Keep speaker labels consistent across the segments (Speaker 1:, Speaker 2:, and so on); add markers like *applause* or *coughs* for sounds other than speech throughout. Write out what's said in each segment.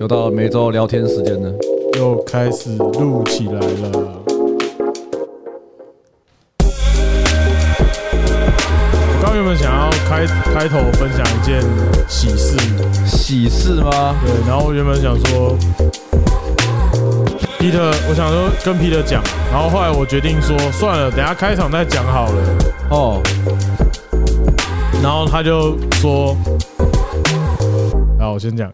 Speaker 1: 又到了每周聊天时间了，
Speaker 2: 又开始录起来了。我刚原本想要开开头分享一件喜事，
Speaker 1: 喜事吗？
Speaker 2: 对，然后我原本想说，Peter，我想说跟 Peter 讲，然后后来我决定说算了，等一下开场再讲好了。
Speaker 1: 哦，
Speaker 2: 然后他就说，啊，我
Speaker 1: *laughs*
Speaker 2: 先讲，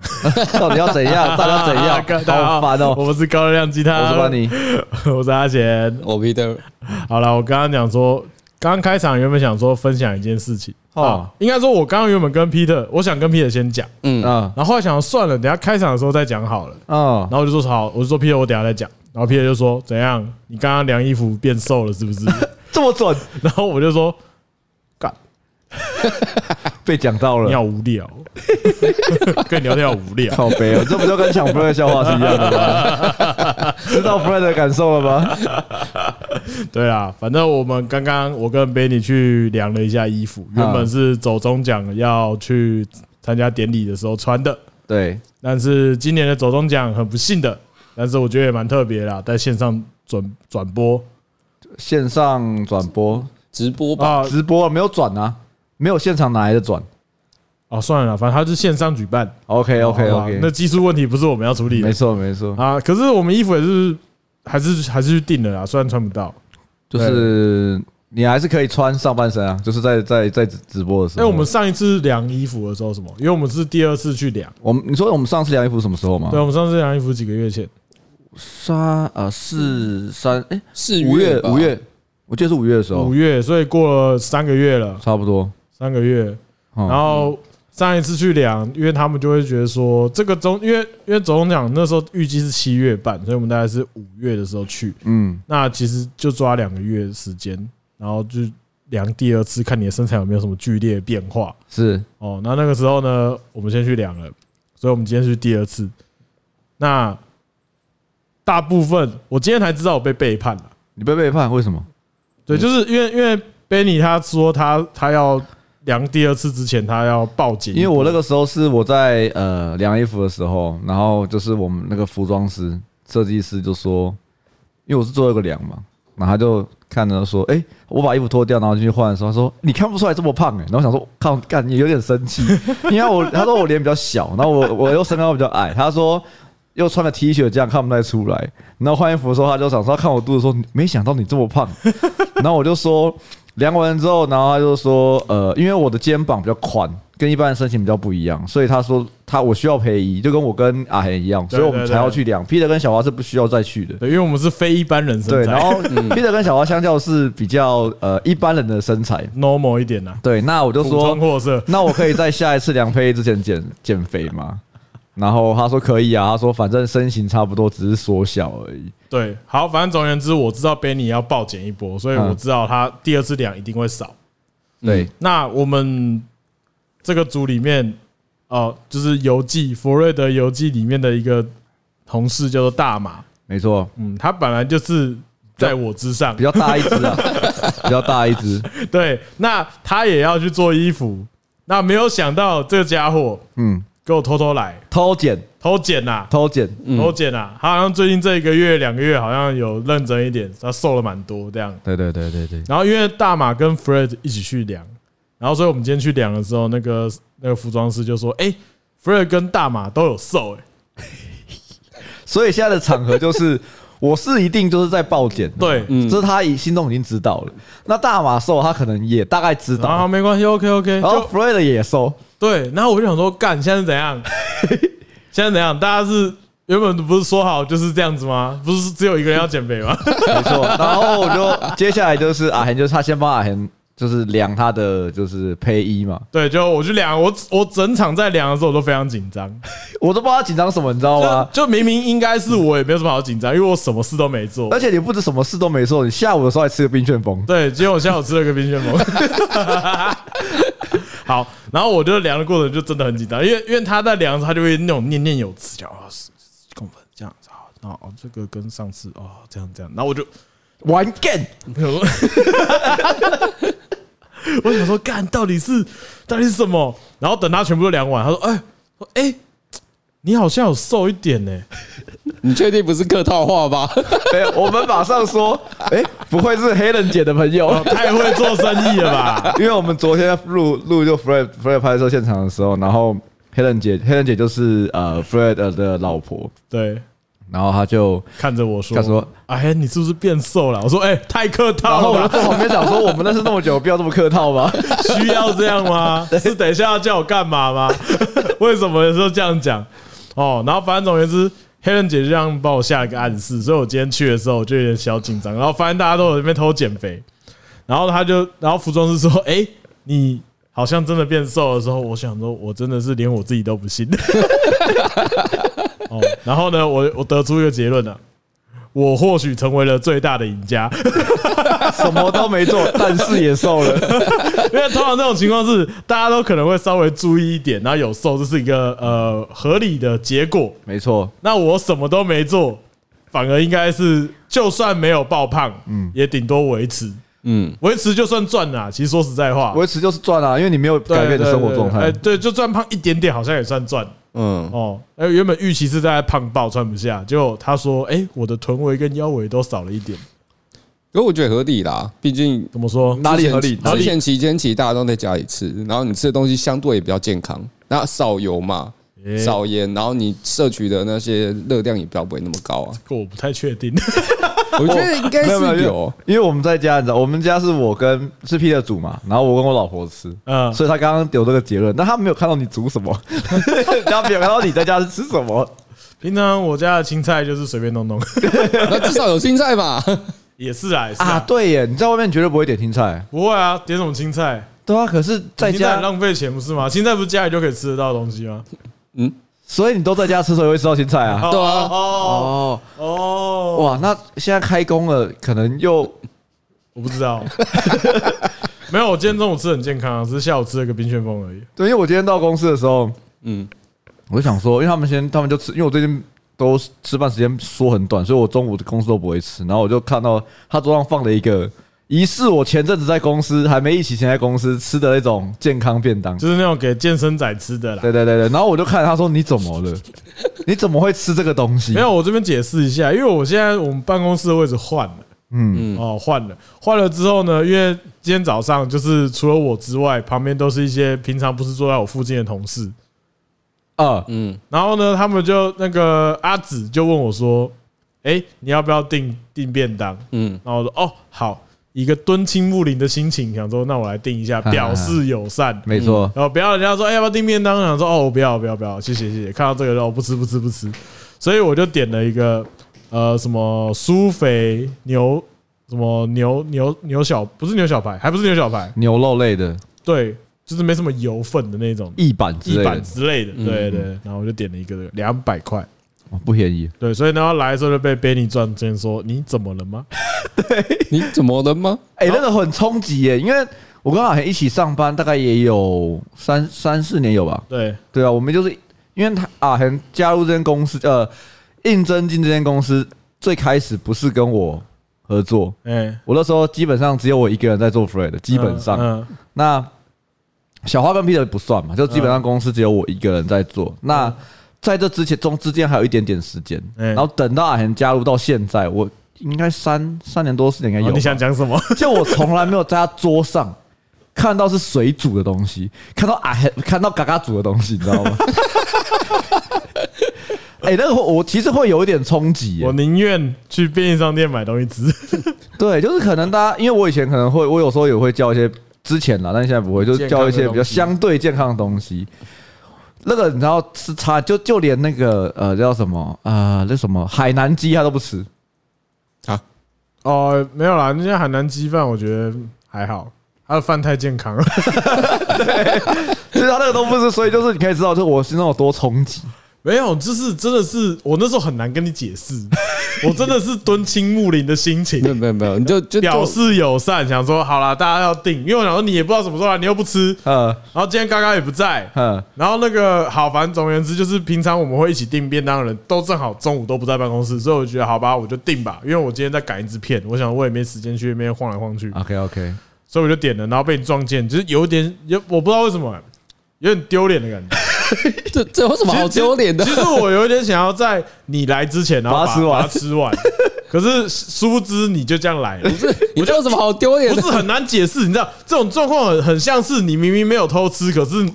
Speaker 1: 到底要怎 *laughs* 样？到底要怎
Speaker 2: 大 *laughs*
Speaker 1: 样？
Speaker 2: 家
Speaker 1: 好烦哦！
Speaker 2: 我们是高热量鸡汤，
Speaker 1: 我是关，你，
Speaker 2: *laughs* 我是阿贤，
Speaker 3: 我 Peter，
Speaker 2: 好了，我刚刚讲说，刚刚开场原本想说分享一件事情
Speaker 1: 哦
Speaker 2: 啊，应该说我刚刚原本跟 Peter，我想跟 Peter 先讲，
Speaker 3: 嗯，
Speaker 1: 嗯
Speaker 2: 然后后来想算了，等一下开场的时候再讲好了。
Speaker 1: 嗯，
Speaker 2: 然后我就说好，我就说 Peter，我等一下再讲。然后 Peter 就说怎样，你刚刚量衣服变瘦了是不是？ *laughs*
Speaker 1: 这么准，
Speaker 2: 然后我就说
Speaker 1: 被讲到
Speaker 2: 你
Speaker 1: 了，
Speaker 2: 好无聊， *laughs* 跟你聊天好无
Speaker 1: *laughs*
Speaker 2: 聊。
Speaker 1: 靠背哦，这不就跟抢 friend 的笑话是一样的吗？ *laughs* 知道 friend 的感受了吗？
Speaker 2: 对啊，反正我们刚刚我跟 Benny 去量了一下衣服，原本是走中奖要去参加典礼的时候穿的。
Speaker 1: 对，
Speaker 2: 但是今年的走中奖很不幸的，但是我觉得也蛮特别啦，在线上转转播
Speaker 1: 线上转播、
Speaker 3: 直播吧，
Speaker 2: 啊
Speaker 1: 直播没有转啊，没有现场哪来的转
Speaker 2: 哦，算了啦，反正它是线上举办。
Speaker 1: ？OK OK
Speaker 2: 好吧
Speaker 1: OK，
Speaker 2: 那技术问题不是我们要处理
Speaker 1: 没
Speaker 2: 的
Speaker 1: 错没错，
Speaker 2: 啊。可是我们衣服也是还是还是去订了啦，虽然穿不到。
Speaker 1: 就是你还是可以穿上半身啊，就是在在在直直播的时
Speaker 2: 哎，
Speaker 1: 候。
Speaker 2: 我们上一次量衣服的时候什么？因为我们是第二次去量，
Speaker 1: 我们你说我们上次量衣服什么时候吗？
Speaker 2: 对，我们上次量衣服几个月前，
Speaker 1: 三呃四三哎
Speaker 3: 是
Speaker 1: 五月
Speaker 3: 吧
Speaker 1: 五，月，我记得是五月的时候
Speaker 2: 五，月，所以过了三个月了，
Speaker 1: 差不多。
Speaker 2: 三个月。
Speaker 1: 然
Speaker 2: 然后上一次去量，因为他们就会觉得说，这个中，因为因为总奖那时候预计是七月半，所以我们大概是五月的时候去，
Speaker 1: 嗯，
Speaker 2: 那其实就抓两个月的时间，然后就量第二次，看你的身材有没有什么剧烈的变化。
Speaker 1: 是
Speaker 2: 哦，那那个时候呢，我们先去量了，所以我们今天是第二次。那大部分我今天才知道我被背叛了，
Speaker 1: 你被背叛，为什么？
Speaker 2: 对，
Speaker 1: 嗯
Speaker 2: 就是因为因为 Benny 他说他他要量第二次之前他要报警，
Speaker 1: 因为我那个时候是我在呃量衣服的时候，然后就是我们那个服装师设计师就说，因为我是做了个量嘛，然后他就看着说，哎、我把衣服脱掉，然后进去换的时候，他说你看不出来这么胖哎、然后我想说，靠，干你有点生气， *laughs* 因为我他说我脸比较小，然后我我又身高比较矮，他说。又穿个 T 恤，这样看不太出来。然后换衣服的时候，他就想说，他看我肚子说，没想到你这么胖。 *laughs* 然后我就说，量完之后，然后他就说，呃，因为我的肩膀比较宽，跟一般的身形比较不一样，所以他说他我需要陪移，就跟我跟阿黑一样，所以我们才要去量。Peter 跟小花是不需要再去的。
Speaker 2: 对，因为我们是非一般人身
Speaker 1: 对，
Speaker 2: 材，
Speaker 1: 然 *laughs* 后 Peter 跟小花相较是比较呃一般人的身材。
Speaker 2: normal 一点呐、
Speaker 1: 对，那我就
Speaker 2: 普
Speaker 1: 说
Speaker 2: 通，货色。
Speaker 1: 那我可以在下一次量胚之前减减肥吗？然后他说可以啊，他说反正身形差不多，只是缩小而已。
Speaker 2: 对，好，反正总而言之，我知道 Benny 要暴减一波，所以我
Speaker 1: 嗯
Speaker 2: 知道他第二次量一定会少。
Speaker 1: 对，
Speaker 2: 那我们这个组里面，哦，就是游记佛瑞德游记里面的一个同事叫做大马，
Speaker 1: 没错，
Speaker 2: 嗯，他本来就是在我之上
Speaker 1: 比，较大一只 *laughs* 啊，比较大一只。
Speaker 2: *laughs* 对，那他也要去做衣服，那没有想到这个家伙
Speaker 1: 嗯，
Speaker 2: 给我偷偷来
Speaker 1: 偷减，
Speaker 2: 偷减呐、
Speaker 1: 偷减。
Speaker 2: 偷减啊，他好像最近这一个月、两个月好像有认真一点，他瘦了蛮多这样。
Speaker 1: 对对对对对，
Speaker 2: 然后因为大马跟 Fred 一起去量，然后所以我们今天去量的时候，那个那个服装师就说：“哎、f r e d 跟大马都有瘦、欸，
Speaker 1: 所以现在的场合就是，我是一定就是在报检的，
Speaker 2: 对
Speaker 1: 这是他已心中已经知道了。那大马兽他可能也大概知
Speaker 2: 然后
Speaker 1: 道，
Speaker 2: 没关系，OK OK，
Speaker 1: 然后
Speaker 2: 就
Speaker 1: f r e d 也收，
Speaker 2: 对。然后我就想说，干，现在是怎样？现在怎样？大家是原本不是说好就是这样子吗？不是只有一个人要减肥吗？
Speaker 1: 没错。然后我就接下来就是阿恒，就是他先帮阿恒就是量他的就是配衣嘛，
Speaker 2: 对，就我去量，我我整场在量的时候我都非常紧张，
Speaker 1: 我都不知道他紧张什么，你知道吗？
Speaker 2: 就就明明应该是我也没有什么好紧张，因为我什么事都没做。
Speaker 1: 而且你不止什么事都没做，你下午的时候还吃个冰旋风，
Speaker 2: 对，结果我下午吃了个冰旋风。好，然后我就量的过程就真的很紧张，因为因为他在量的时候，他就会那种念念有词，讲啊十十公分这样子，好，然后哦这个跟上次哦这样这样，然后我就
Speaker 1: 玩 game。
Speaker 2: 我想说 *laughs* 我想说，干到底是到底是什么？然后等他全部都量完，他说：“哎，我哎，你好像有瘦一点呢、
Speaker 3: 你确定不是客套话吧？
Speaker 1: 哎，我们马上说， *laughs* 哎，不会是黑人姐的朋友
Speaker 2: 哦，？太会做生意了吧？
Speaker 1: 因为我们昨天录录就 Fred Fred 拍摄现场的时候，然后黑人姐黑人姐就是呃 Fred 的老婆，
Speaker 2: 对，
Speaker 1: 然后她就，
Speaker 2: 看着我说，
Speaker 1: 她说，
Speaker 2: 哎，你是不是变瘦了？我说，哎，太客
Speaker 1: 然
Speaker 2: 套
Speaker 1: 后我就
Speaker 2: 了吧，
Speaker 1: 在旁边讲说，我们认识那么久，不要这么客套吧。
Speaker 2: 需要这样吗？是等一下要叫我干嘛吗？ *laughs* 为什么有时候这样讲？哦，然后反正总而言之。黑人姐就这样帮我下了个暗示，所以我今天去的时候我就有点小紧张。然后发现大家都有在那边偷减肥，然后他就，然后服装师说：“哎、你好像真的变瘦的时候，我想说，我真的是连我自己都不信。” *laughs* 哦，然后呢，我我得出一个结论了、啊我或许成为了最大的赢家。
Speaker 1: 什么都没做，但是也瘦了。
Speaker 2: *laughs* 因为通常这种情况是大家都可能会稍微注意一点，然后有瘦，这是一个呃合理的结果。
Speaker 1: 没错，
Speaker 2: 那我什么都没做，反而应该是就算没有爆胖，嗯，也顶多维持，
Speaker 3: *laughs* 嗯，
Speaker 2: 维持就算赚啦。其实说实在话，
Speaker 1: 维持就是赚啊，因为你没有
Speaker 2: 对
Speaker 1: 改变你的生活状态
Speaker 2: 对对对哎，。对，就算胖一点点，好像也算赚
Speaker 3: 嗯，
Speaker 2: 哦。哎，原本预期是在胖爆穿不下，结果他说，哎，我的臀围跟腰围都少了一点，
Speaker 3: 可我觉得合理啦，毕竟
Speaker 2: 怎么说？
Speaker 1: 哪里合理
Speaker 3: 之
Speaker 1: 哪里
Speaker 3: 前之前期间其实大家都在家里吃，然后你吃的东西相对也比较健康，那少油嘛，
Speaker 2: 哎
Speaker 3: 少盐，然后你摄取的那些热量也比较不会那么高啊。
Speaker 2: 这个我不太确定。 *laughs*
Speaker 3: 我觉得应该
Speaker 1: 没有没
Speaker 3: 是
Speaker 1: 有
Speaker 3: 有，，
Speaker 1: 因为我们在家，你知道，我们家是我跟是 P 的煮嘛，然后我跟我老婆吃，
Speaker 2: 嗯
Speaker 1: 所以他刚刚有这个结论，但他没有看到你煮 *laughs* 什么，他没有看到你在家是吃什 *laughs* 么，
Speaker 2: 平常我家的青菜就是随便弄弄， *laughs*
Speaker 3: 那至少有青菜吧？
Speaker 2: 也是啊，也是
Speaker 1: 啊，
Speaker 2: 啊，
Speaker 1: 对耶，你在外面绝对不会点青菜，
Speaker 2: 不会啊，点什么青菜？
Speaker 1: 对啊，可是在
Speaker 2: 青菜
Speaker 1: 家，
Speaker 2: 很浪费钱不是吗？青菜不是家里就可以吃得到的东西吗？
Speaker 1: 所以你都在家吃，所以会吃到青菜啊。
Speaker 3: 对啊
Speaker 2: 哦
Speaker 1: 哦，
Speaker 2: 哦哦，
Speaker 1: 哇，那现在开工了，可能又
Speaker 2: 我不知道， *laughs* 没有，我今天中午吃得很健康啊，只是下午吃了个冰旋风而已。
Speaker 1: 对，因为我今天到公司的时候，
Speaker 3: 嗯，
Speaker 1: 我就想说，因为他们先，他们就吃，因为我最近都吃饭时间缩很短，所以我中午的公司都不会吃。然后我就看到他桌上放了一个疑似我前阵子在公司还没一起前在公司吃的那种健康便当。
Speaker 2: 就是那种给健身仔吃的啦。
Speaker 1: 对对对对，然后我就看他说你怎么了？
Speaker 2: *laughs*
Speaker 1: 你怎么会吃这个东西？
Speaker 2: 没有，我这边解释一下，因为我现在我们办公室的位置换了，嗯，哦，换了，换了之后呢，因为今天早上就是除了我之外，旁边都是一些平常不是坐在我附近的同事，
Speaker 1: 啊，
Speaker 2: 然后呢，他们就那个阿紫就问我说：“哎、你要不要订订便当？”嗯
Speaker 3: 嗯，
Speaker 2: 然后我说：“哦，好。”一个敦亲睦邻的心情，想说那我来订一下，
Speaker 1: 哈哈
Speaker 2: 表示友善。
Speaker 1: 没错，
Speaker 2: 然后不要人家说哎、要不要订便当，想说哦我不要不要不要，谢谢谢谢。看到这个肉不吃不吃不吃，所以我就点了一个呃什么苏肥牛什么牛牛牛小不是牛小排，还不是牛小排，
Speaker 1: 牛肉类的
Speaker 2: 对，就是没什么油分的那种
Speaker 1: 翼板之
Speaker 2: 一
Speaker 1: 类
Speaker 2: 板
Speaker 1: 的，嗯
Speaker 2: 之类的，对对对。然后我就点了一个两百块，
Speaker 1: 哦不便宜。
Speaker 2: 对，所以呢，他来的时候就被 Benny 撞见说：“你怎么了吗
Speaker 3: *laughs* 你怎么了吗？
Speaker 1: 哎、那个很冲击耶，因为我跟阿贤一起上班，大概也有三三四年有吧？”。
Speaker 2: 对，
Speaker 1: 对啊，我们就是因为他阿恒加入这间公司，呃，应征进这间公司，最开始不是跟我合作，
Speaker 2: 哎，
Speaker 1: 我那时候基本上只有我一个人在做 Fred，基本上，
Speaker 2: 嗯，
Speaker 1: 那小花跟 Peter 不算嘛，就基本上公司只有我一个人在做。那在这之前中之间还有一点点时间，
Speaker 2: 嗯
Speaker 1: 然后等到阿恒加入到现在，我应该三三年多四年应该
Speaker 2: 嗯
Speaker 1: 有
Speaker 2: 哦
Speaker 1: 吧。
Speaker 2: 你想讲什 *laughs* 么？
Speaker 1: *laughs* 就我从来没有在他桌上看到是水煮的东西，看到啊，看到嘎嘎煮的东西，你知道吗？ *laughs* 哎、那个我我其实会有一点冲击耶、
Speaker 2: 我宁愿去便利商店买东西吃，
Speaker 1: 对，就是可能大家，因为我以前可能会，我有时候也会教一些之前啦，但现在不会，就是教一些比较相对健康的东西。那个你知道是差，就就连那个呃叫什么呃那什么海南鸡他都不吃， *laughs*
Speaker 3: 啊，
Speaker 2: *laughs* 哦，没有啦，那些海南鸡饭我觉得还好，它的饭太健康了。
Speaker 1: 就是他那个都不吃，所以就是你可以知道，就是我心中有多冲击。
Speaker 2: *laughs* 没有，就是真的是我那时候很难跟你解 *laughs* 释，我真的是敦亲睦邻的心
Speaker 3: 没有
Speaker 2: 情，
Speaker 3: 没有没有，你就就
Speaker 2: 表
Speaker 3: 就
Speaker 2: 示友善，想说好啦，大家要订，因为我想说你也不知道什么时候来，你又不吃，
Speaker 1: 呃
Speaker 2: 然后今天刚刚也不在，
Speaker 1: 呃，
Speaker 2: 然后那个好，反正总而言之，就是平常我们会一起订便当的人都正好中午都不在办公室，所以我
Speaker 1: 啊
Speaker 2: 觉得好吧，我就订吧，因为我今天在赶一支片，我想我也没时间去那边晃来晃去，
Speaker 1: OK OK，
Speaker 2: 所以我就点了，然后被你撞见，就是有点有我不知道为
Speaker 1: *laughs*
Speaker 2: 什么、有点丢脸的感觉。
Speaker 3: 这这有什么
Speaker 2: 其实
Speaker 3: 好丢脸的
Speaker 2: 其？实我有一点想要在你来之前，然后
Speaker 1: 把它吃完
Speaker 2: 把它吃完。 *laughs* 可是殊不知你就这样来了，
Speaker 3: 你这有什么好丢脸
Speaker 2: 不
Speaker 3: 的？
Speaker 2: 是很难解释。你知道这种状况很很像是你明明没有偷吃，可是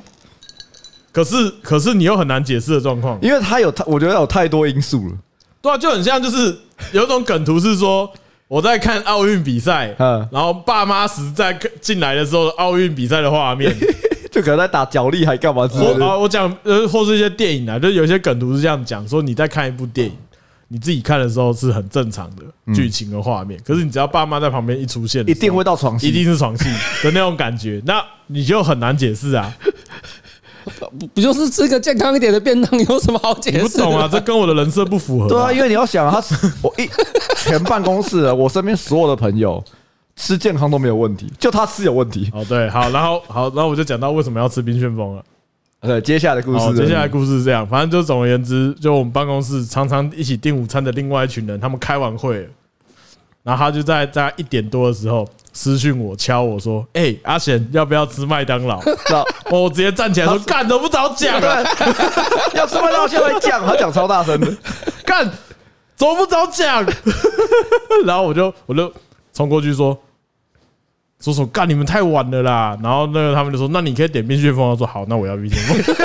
Speaker 2: 可是可是你又很难解释的状况。
Speaker 1: 因为他有太，我觉得有太多因素了。
Speaker 2: 对啊，就很像就是有一种梗图是说。我在看奥运比赛，
Speaker 1: 嗯
Speaker 2: 然后爸妈实在进来的时候，奥运比赛的
Speaker 1: *laughs*
Speaker 2: 画面，
Speaker 1: 就可能在打脚力还干嘛之类
Speaker 2: 我
Speaker 1: 的。
Speaker 2: 啊，我讲呃，或是一些电影啊，就有些梗图是这样讲，说你在看一部电影，你自己看的时候是很正常的剧情和画面，可是你只要爸妈在旁边一出现
Speaker 1: 嗯
Speaker 2: 的
Speaker 1: 一
Speaker 2: 时候，
Speaker 1: 定会到床戏，
Speaker 2: 一定是床戏的那种感觉， *laughs* 那你就很难解释啊，
Speaker 3: 不不就是吃个健康一点的便当，有什么好解
Speaker 2: 你不
Speaker 3: 释？
Speaker 2: 懂啊，，这跟我的人设不符合。
Speaker 1: 对啊，因为你要想啊，他
Speaker 2: *laughs*
Speaker 1: 我一全办公室的，我身边所有的朋友吃健康都没有问题，就他吃有问题。
Speaker 2: 哦对，好，然后好，然后我就讲到为什么要吃冰旋风了。
Speaker 1: 对，接下来的故
Speaker 2: 好，
Speaker 1: 事，
Speaker 2: 哦接下来故事是这样，反正就总而言之，就我们办公室常常一起订午餐的另外一群人，他们开完会了，然后他就在大概一点多的时候私讯我敲我说：“ *laughs* 哎、阿贤要不要吃麦
Speaker 1: *laughs*
Speaker 2: 当劳？”
Speaker 1: 道
Speaker 2: 哦我直接站起来说：“干都不早讲啊，
Speaker 1: *laughs* 对，要吃麦当劳先来讲，他讲超大声的，
Speaker 2: 干怎么不早讲？” *laughs* 然后我就我就冲过去说。说说干，你们太晚了啦！然后那个他们就说，那你可以点冰旋风。我说好，那我要冰旋
Speaker 1: *laughs*
Speaker 2: 风。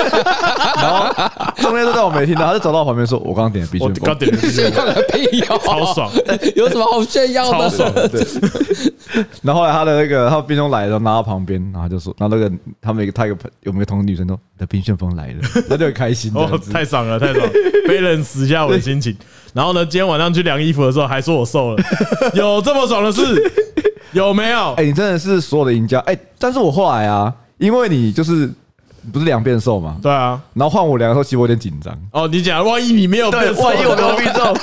Speaker 1: 然后中间这段我没听到，他就走到我旁边说：“我刚刚点的必
Speaker 2: 我
Speaker 1: 旋
Speaker 2: 刚
Speaker 1: 风。
Speaker 2: 点冰旋
Speaker 3: 炫
Speaker 2: 风，
Speaker 3: 耀个屁哦！
Speaker 2: 超爽，
Speaker 3: *laughs* 有什么好炫耀
Speaker 2: 超爽
Speaker 3: 的？”
Speaker 1: 对。然后后来他的那个他的冰箱来了，然后拿到旁边，然后他就说，然后那个他们一个他一个朋有没有同女生说：“你的冰旋风来了。”
Speaker 2: *laughs*
Speaker 1: 他就很开心这
Speaker 2: 哦
Speaker 1: 样，子。
Speaker 2: 太爽了，太 *laughs* 爽了，balance 一下我的心情。然后呢，今天晚上去量衣服的时候，还说我瘦 *laughs* 了，有这么爽的事？有没有
Speaker 1: 哎、？你真的是所有的赢家。哎、但是我后来啊，因为你就是不是两变瘦嘛，
Speaker 2: 对啊，
Speaker 1: 然后换我量的时候，其实我有点紧张。
Speaker 2: 哦，你讲，万一你没有变瘦，
Speaker 1: 必中，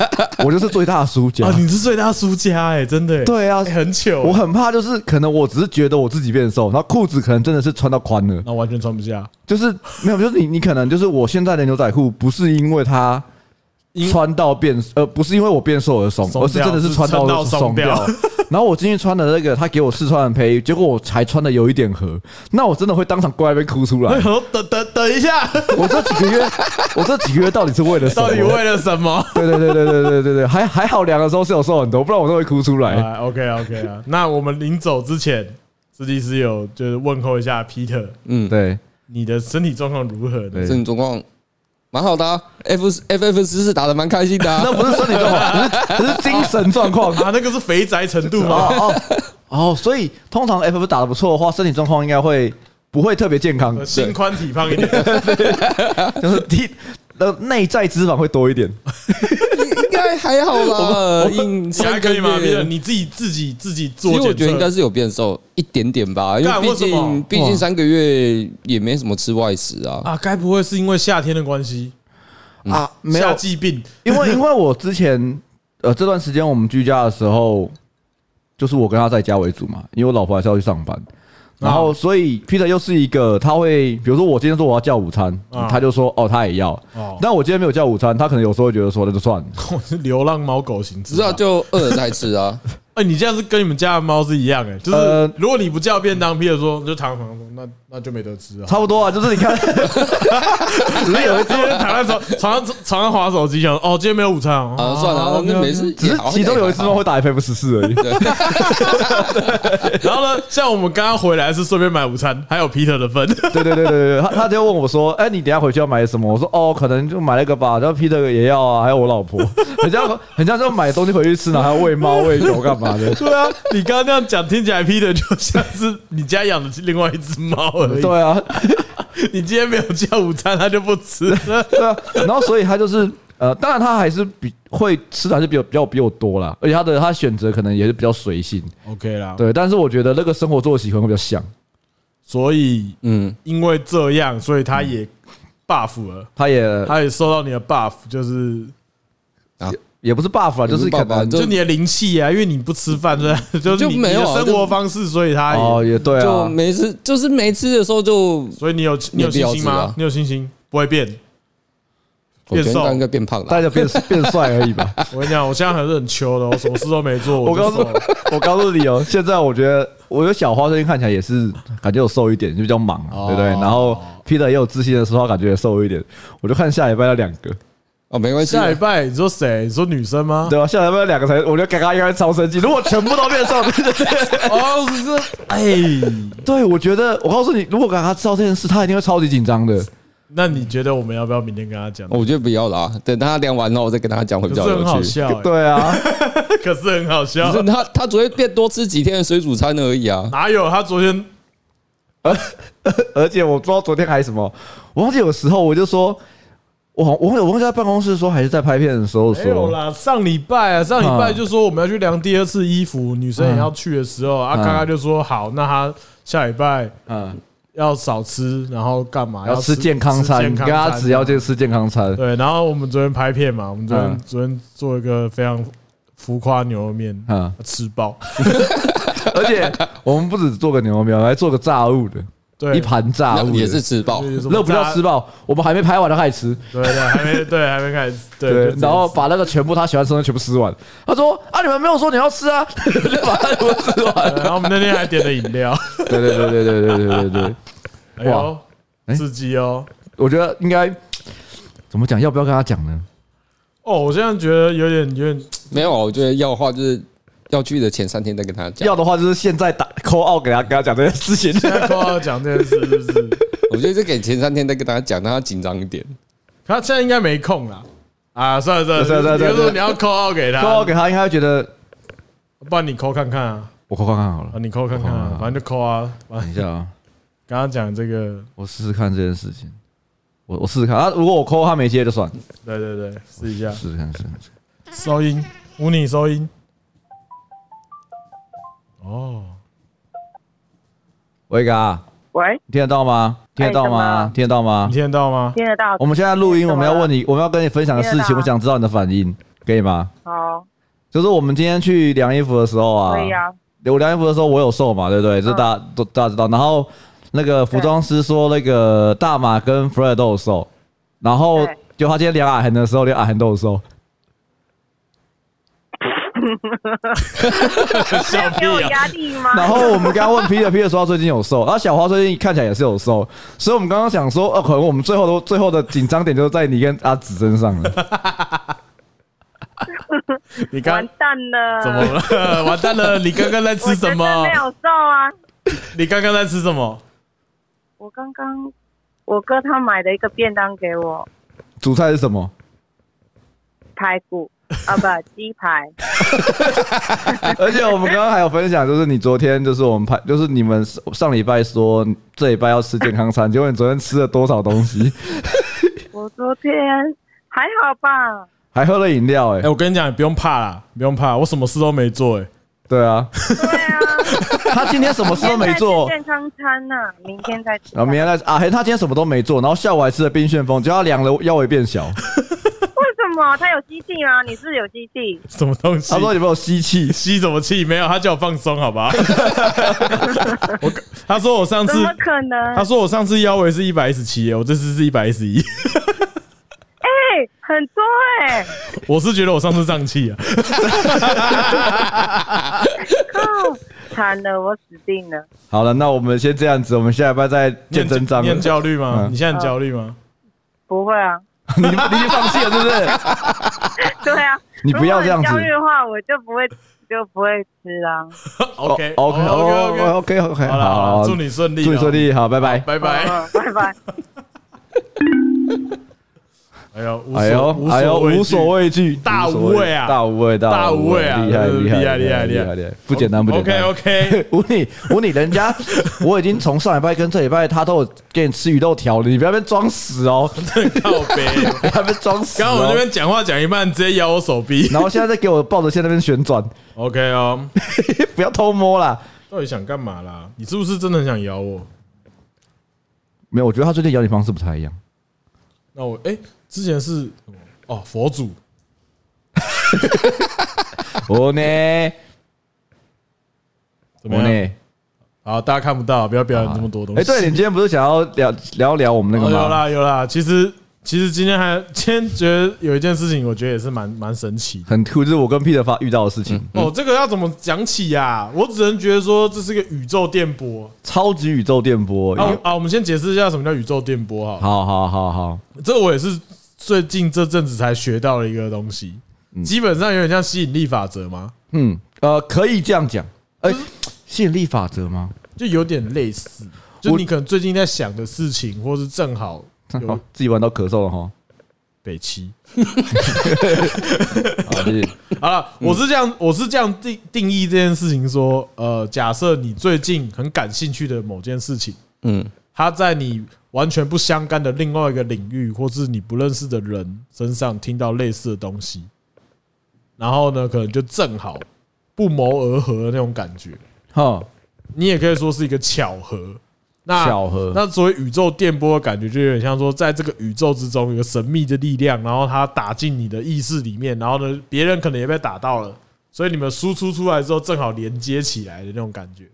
Speaker 1: 我就是最大的输家
Speaker 2: 啊，。你是最大输家哎，真的欸，
Speaker 1: 对啊
Speaker 2: 欸很糗
Speaker 1: 我
Speaker 2: 欸，
Speaker 1: 很怕，就是可能我只是觉得我自己变瘦，然后裤子可能真的是穿到宽了，
Speaker 2: 那完全穿不下，
Speaker 1: 就是没有，就是你你可能就是我现在的牛仔裤不是因为它
Speaker 2: 因
Speaker 1: 穿到变，呃，不是因为我变瘦而松，
Speaker 2: 松掉
Speaker 1: 而是真的是穿
Speaker 2: 是穿到
Speaker 1: 到
Speaker 2: 松
Speaker 1: 松
Speaker 2: 掉
Speaker 1: 掉。 *laughs* 然后我今天穿的那个，他给我试穿的配衣，结果我才穿的有一点合，那我真的会当场跪在那边哭出来
Speaker 2: *laughs* 哎。呦，等等等一 *laughs* 下，
Speaker 1: 我这几个月，我这几个月到底是为了什么？
Speaker 2: 到底为了什么？
Speaker 1: *laughs* 对对对对对对对对，还还好量的时候是有瘦很多，不然我都会哭出来。
Speaker 2: 啊，OK OK 啊，那我们临走之前，设计师有就是问候一下 Peter，
Speaker 3: 嗯，
Speaker 1: 对，
Speaker 2: 你的身体状况如何呢？
Speaker 1: 对
Speaker 3: *laughs* 这种状况蛮好的啊，F F F 十四打的蛮开心的啊 *laughs*
Speaker 1: 那。不是身体状
Speaker 2: *laughs*
Speaker 1: 况，只是只是精神状况。
Speaker 2: 啊，那个是肥宅程度 *laughs* 吗？
Speaker 1: 哦哦 *laughs* 哦，所以通常 F F 打得不错的话，身体状况应该会不会特别健康
Speaker 2: *laughs* 呃，心宽体胖一点，
Speaker 1: 就是体呃内在脂肪会多一点。
Speaker 3: 应该还好 *laughs* 啦，应
Speaker 2: 你还可以吗？
Speaker 3: 三个
Speaker 2: 没
Speaker 3: 月
Speaker 2: 有，你自己自己自己
Speaker 3: 其
Speaker 2: 做
Speaker 3: 实
Speaker 2: 检测，
Speaker 3: 我觉得应该是有变瘦一点点吧，因为
Speaker 2: 干
Speaker 3: 毕
Speaker 2: 为什么
Speaker 3: 竟毕竟三个月也没什么吃外食啊。
Speaker 2: 啊，该不会是因为夏天的关系，
Speaker 1: 啊，没
Speaker 2: 夏
Speaker 1: 有，
Speaker 2: 季病 *laughs*
Speaker 1: 因为因为我之前呃这段时间我们居家的时候，就是我跟他在家为主嘛，因为我老婆还是要去上
Speaker 2: 啊
Speaker 1: 班。然后，所以 Peter 又是一个他会，比如说我今天说我要叫午餐
Speaker 2: 啊，
Speaker 1: 他就说哦他也要。
Speaker 2: 哦，
Speaker 1: 但我今天没有叫午餐，他可能有时候会觉得说那就算了。
Speaker 2: 我是流浪猫狗型，
Speaker 3: 只知道。就饿了才吃
Speaker 2: *laughs*
Speaker 3: 啊，
Speaker 2: 哎，你这样是跟你们家的猫是一样哎，就是
Speaker 1: 呃
Speaker 2: 如果你不叫便当，譬如说你就躺在床上说，那那就没得
Speaker 1: *laughs*
Speaker 2: 吃啊。
Speaker 1: 差不多啊，就是你看，只
Speaker 2: *laughs*
Speaker 1: 是有一
Speaker 2: 今天躺在床床上床上划手机，想哦，今天没有午餐啊
Speaker 3: 啊算了，那没事。。
Speaker 1: 只是其中有一次猫会打 F F 十四而已。
Speaker 2: 然后呢，像我们刚刚回来是顺便买午餐，还有皮特的份。
Speaker 1: 对对对对对，他他就问我说：“哎，你等一下回去要买什么？”我说：“哦，可能就买那个吧。”然后 Peter 也要啊，还有我老婆，很像很像就买东西回去吃，然后还要喂猫喂狗干嘛的。
Speaker 2: 对啊， *laughs* 你刚刚那样讲，听起来 Peter 就像是你家养的另外一只猫而已。
Speaker 1: 对啊，
Speaker 2: 你今天没有叫午餐，他就不吃了。
Speaker 1: 对啊。然后所以他就是呃，当然他还是比会吃的还是比我比较比我多啦，而且他的他选择可能也是比较随性。
Speaker 2: OK 啦，
Speaker 1: 对，但是我觉得那个生活作息可能会比较像，
Speaker 2: 所以
Speaker 3: 嗯，
Speaker 2: 因为这样，所以他也 buff 了，
Speaker 1: 他也
Speaker 2: 他也受到你的 buff，就是
Speaker 1: 也不是 buff 啊，就是可
Speaker 3: 爸爸
Speaker 1: 能
Speaker 3: 就
Speaker 2: 就你的灵气啊，因为你不吃饭，所以 *laughs* 就是
Speaker 3: 就
Speaker 2: 你
Speaker 3: 没有
Speaker 2: 你
Speaker 3: 啊
Speaker 2: 的生活方式，所以他
Speaker 1: 哦
Speaker 2: 也，
Speaker 1: 也对
Speaker 3: 就
Speaker 1: 啊，
Speaker 3: 没吃，就是没吃的时候就
Speaker 2: 所以你有你有
Speaker 3: 没必
Speaker 2: 信
Speaker 3: 要
Speaker 2: 心
Speaker 3: 吃
Speaker 2: 吗
Speaker 3: 啊？
Speaker 2: 你有信心不会
Speaker 3: *laughs*
Speaker 2: 变？
Speaker 3: 我
Speaker 2: 变
Speaker 3: 觉
Speaker 2: 瘦
Speaker 3: 得他应该变胖了
Speaker 1: 大。家变变帅而已吧。
Speaker 2: 哦我跟你讲，我现在还是很秋的，我什么事都没做，
Speaker 1: 我
Speaker 2: 就
Speaker 1: 告
Speaker 2: 瘦
Speaker 1: 诉
Speaker 2: 了。
Speaker 1: *laughs* 我告诉你哦，现在我觉得我有小花最近看起来也是感觉有瘦一点，就比较忙，
Speaker 2: 哦
Speaker 1: 对不对？然后 Peter 也有自信的时候，他感觉也瘦一点。我就看下礼拜那两个，
Speaker 3: 哦，没关系啊，
Speaker 2: 下礼拜你说谁？你说女生吗？
Speaker 1: 对吧、啊下礼拜那两个才，我觉得嘎嘎应该会超生气。如果全部都变瘦， *laughs* 对对对，
Speaker 2: 哦，是这，哎，
Speaker 1: 对我觉得，我告诉你，如果嘎嘎知道这件事，他一定会超级紧张的。
Speaker 2: 那你觉得我们要不要明天跟他讲？
Speaker 3: 我觉得不要啦，等他量完了，我再跟他讲会比
Speaker 2: 可是
Speaker 3: 较有
Speaker 2: 很好
Speaker 3: 趣。
Speaker 2: 笑，
Speaker 3: *laughs*
Speaker 2: 欸
Speaker 1: 对啊，
Speaker 2: 可是很好笑
Speaker 3: 不，是他，他只会变多吃几天的水煮餐而已啊。
Speaker 2: 哪有？他昨天
Speaker 1: 而且我不知道昨天还什么，我忘记有时候我就说，我好我我忘记在办公室说还是在拍片的时候
Speaker 2: 没有
Speaker 1: 说，
Speaker 2: 啦，上礼拜啊，上礼拜就说我们要去量第二次衣服，女生也要去的时候，啊，
Speaker 1: 嗯
Speaker 2: 嘎嘎就说好，那她下礼拜
Speaker 1: 嗯，
Speaker 2: 要少吃，然后干嘛？
Speaker 1: 要吃健康餐，
Speaker 2: 吃健
Speaker 1: 你
Speaker 2: 康
Speaker 1: 跟他只要去吃健康餐，
Speaker 2: 对，然后我们昨天拍片嘛，我们昨天
Speaker 1: 嗯
Speaker 2: 昨天做一个非常浮夸牛肉面，
Speaker 1: 嗯，
Speaker 2: 吃爆，
Speaker 1: 而且我们不止做个牛肉面，还做个炸物的，
Speaker 2: 对，
Speaker 1: 一盘炸
Speaker 2: 啊
Speaker 3: 那
Speaker 1: 物的
Speaker 3: 也是吃
Speaker 2: 就
Speaker 3: 爆，
Speaker 2: 是什么
Speaker 1: 那不叫
Speaker 2: 炸
Speaker 1: 吃爆，我们还没拍完就开始吃，
Speaker 2: 对对，还没对，还没开始，对，就
Speaker 1: 对
Speaker 2: 直，接
Speaker 1: 然后把那个全部他喜欢吃的全部吃完。他说啊，你们没有说你要 *laughs* 吃啊，就把它全部吃完。
Speaker 2: 对然后我们那天还点了饮
Speaker 1: *laughs*
Speaker 2: 料，
Speaker 1: 对对对对对对对对对，
Speaker 2: 哎
Speaker 1: 哇
Speaker 2: 呦，
Speaker 1: 哎
Speaker 2: 刺激哦。
Speaker 1: 我觉得应该怎么讲，要不要跟他讲呢？
Speaker 2: 哦，我现在觉得有点有点，
Speaker 3: 没有，啊我觉得要的话就是要去的前三天再跟他讲。
Speaker 1: 要的话就是现在打 call out 给他，跟他讲这件事情。
Speaker 2: 现在都要讲这件事，是不是？
Speaker 3: 我觉得就给前三天再跟他讲，让他紧张一点。
Speaker 2: 他现在应该没空啦。啊，算了算了
Speaker 1: 算了算了
Speaker 2: 比如
Speaker 1: 算
Speaker 2: 说
Speaker 1: 了
Speaker 2: 你要扣号给他，
Speaker 1: call out 给他，应该会觉得
Speaker 2: 不然你扣看看啊，
Speaker 1: 我扣看看好了
Speaker 2: 啊。你扣看看啊
Speaker 1: 好啊，
Speaker 2: 反正就扣啊。啊
Speaker 1: 等一下啊，
Speaker 2: 刚刚讲这个，
Speaker 1: 我试试看这件事情。我我试试看啊，如果我 call 他没接就算，
Speaker 2: 对对对，试一下
Speaker 1: 试试看试试看。
Speaker 2: 收音，模拟收音。哦，
Speaker 1: 喂，嘎，
Speaker 4: 喂，
Speaker 1: 你听得到吗？听得到
Speaker 4: 哎干
Speaker 1: 吗
Speaker 4: 嘛？
Speaker 1: 听得到吗
Speaker 2: 你？听得到吗？
Speaker 4: 听得到？
Speaker 1: 我们现在录音，我们要问你，我们要跟你分享的事
Speaker 4: 听
Speaker 1: 情，
Speaker 4: 得到
Speaker 1: 我想知道你的反应，可以吗？
Speaker 4: 好，
Speaker 1: 就是我们今天去量衣服的时候啊，
Speaker 4: 可以啊，
Speaker 1: 我量衣服的时候我有瘦嘛，对
Speaker 4: 嗯
Speaker 1: 不对？这大家都大家知道。然后那个服装师说，那个大马跟 Fred 都有瘦，然后
Speaker 4: 对
Speaker 1: 就他今天量阿恒的时候，连阿恒都有
Speaker 4: *laughs*
Speaker 1: 瘦。
Speaker 2: 笑屁
Speaker 4: 给我
Speaker 2: 啊！
Speaker 4: 压力吗？
Speaker 1: 然后我们刚刚问 Peter，Peter 说他最近有瘦，然后小花最近看起来也是有瘦，所以我们刚刚想说，哦，可能我们最后都最后的紧张点就是在你跟阿紫身上了。
Speaker 2: 你刚
Speaker 4: 完蛋了，
Speaker 2: 怎么了？ *laughs* 完蛋了！你刚刚在吃什
Speaker 4: 我真的
Speaker 2: 么
Speaker 4: 没？有瘦啊！
Speaker 2: 你刚刚在吃什么？
Speaker 4: 我刚刚我哥他买了一个便当给我，
Speaker 1: 主菜是什么？
Speaker 4: 排骨啊不，
Speaker 1: *laughs*
Speaker 4: 鸡排，
Speaker 1: 而且我们刚刚还有分享，就是你昨天就是我们拍，就是你们上礼拜说这礼拜要吃健康餐，结果你昨天吃了多少东西， *laughs*
Speaker 4: 我昨天还好吧？
Speaker 1: 还喝了饮料、欸，
Speaker 2: 哎，我跟你讲，你不用怕啦，不用怕，我什么事都没做，哎，
Speaker 1: 对啊，
Speaker 4: 对啊，
Speaker 1: *laughs* 他今天什么事都没
Speaker 4: 明
Speaker 1: 做，
Speaker 4: 天再吃健康餐呐、明天再吃。
Speaker 1: 然后明天再啊，嘿，他今天什么都没做，然后下午还吃了冰旋风，结果他量了腰围变 *laughs* 小，
Speaker 4: 为什么他有吸气吗？你是有吸气？
Speaker 2: 什么东西？
Speaker 1: 他说有没有吸气？
Speaker 2: 吸什么气？没有，他叫我放松，好吧？ *laughs* 我他说我上
Speaker 4: 怎
Speaker 2: 次，
Speaker 4: 么可能？
Speaker 2: 他说我上次腰围是一百一十七，我这次是一百一十一。 *laughs*
Speaker 4: 哎、很多哎、
Speaker 2: 我是觉得我上次胀气啊，
Speaker 4: 靠，惨了，我死定了。
Speaker 1: 好了，那我们先这样子，我们下礼拜再见真章。*laughs*
Speaker 2: 你
Speaker 1: 你
Speaker 2: 很焦虑吗？
Speaker 1: 嗯
Speaker 2: 你现在很焦虑吗？
Speaker 4: 不会啊，
Speaker 1: *laughs* 你已经放弃了，是不是？
Speaker 4: *laughs* 对啊，
Speaker 1: 你不要这样子
Speaker 4: 如果很焦虑的话，我就不会就不会吃啊。
Speaker 2: *laughs* OK
Speaker 1: 哦 OK
Speaker 2: OK OK，
Speaker 1: OK OK，
Speaker 2: 好了，好
Speaker 1: 好，
Speaker 2: 啦祝你顺利，
Speaker 1: 祝你顺，利，啊好，拜拜。
Speaker 2: 拜拜。
Speaker 4: 嗯拜拜。
Speaker 2: 哎呦，无所
Speaker 1: 哎呦哎呦，无所，
Speaker 2: 畏惧
Speaker 1: 畏惧，
Speaker 2: 大无畏啊
Speaker 1: 大无畏，
Speaker 2: 大无畏啊
Speaker 1: 厉害
Speaker 2: 嗯
Speaker 1: 厉害
Speaker 2: 厉害
Speaker 1: 厉害
Speaker 2: 厉
Speaker 1: 厉
Speaker 2: 害哦
Speaker 1: 害厉害，不简单不简
Speaker 2: OK
Speaker 1: 单。*laughs*
Speaker 2: OK，
Speaker 1: 无你无你，人家 *laughs* 我已经从上礼拜跟这礼拜他都有给你吃鱼肉条了，你不要被装死哦， *laughs*
Speaker 2: 靠背。
Speaker 1: 不要被装死。哦
Speaker 2: 刚刚我那，边讲话讲一半，直接咬我手臂。
Speaker 1: 然后现在再给我抱着 *laughs* 线那边旋转， *laughs*
Speaker 2: OK 哦，
Speaker 1: 不要偷摸啦。
Speaker 2: 到底想干嘛啦？你是不是真的很想咬我？
Speaker 1: 没有，我觉得他最近咬你方式不太一 *laughs* 样。
Speaker 2: 那我哎、之前是什么哦佛祖，
Speaker 1: 我哦呢，
Speaker 2: 怎么
Speaker 1: 我
Speaker 2: 样？
Speaker 1: 呢。哎
Speaker 2: 好，大家看不到，不要表演这么多东西。
Speaker 1: 哎，对你今天不是想要聊聊聊我们那
Speaker 2: 哦
Speaker 1: 个
Speaker 2: 有
Speaker 1: 吗？
Speaker 2: 啦有啦，其实其实今天还今天觉得有一件事情，我觉得也是蛮蛮神奇的。
Speaker 1: 很酷，就是我跟 Peter 发遇到的事情，
Speaker 2: 哦，这个要怎么讲起呀、我只能觉得说这是个宇宙电波。
Speaker 1: 超级宇宙电波。因
Speaker 2: 啊
Speaker 1: 为
Speaker 2: 啊，我们先解释一下什么叫宇宙电波哈。
Speaker 1: 嗯好好好好，
Speaker 2: 这我也是最近这阵子才学到的一个东西，基本上有点像吸引力法则嘛，
Speaker 1: 嗯，呃，可以这样讲，哎，
Speaker 2: 嗯
Speaker 1: 吸引力法则吗？
Speaker 2: 就有点类似。就
Speaker 1: 我
Speaker 2: 你可能最近在想的事情，或是正好
Speaker 1: 好
Speaker 2: 有，
Speaker 1: 哦自己玩到咳嗽了哈。 *laughs*
Speaker 2: 北七。
Speaker 1: 好，谢谢。
Speaker 2: 好了，我是这样，我是这样定定义这件事情说，呃，假设你最近很感兴趣的某件事情，
Speaker 3: 嗯
Speaker 2: 它在你完全不相干的另外一个领域，或是你不认识的人身上听到类似的东西，然后呢，可能就正好不谋而合的那种感觉。
Speaker 1: 哈，
Speaker 2: 你也可以说是一个巧合。那
Speaker 1: 巧合
Speaker 2: 那所谓宇宙电波的感觉，就有点像说，在这个宇宙之中有个神秘的力量，然后它打进你的意识里面，然后呢，别人可能也被打到了，所以你们输出出来之后，正好连接起来的那种感觉，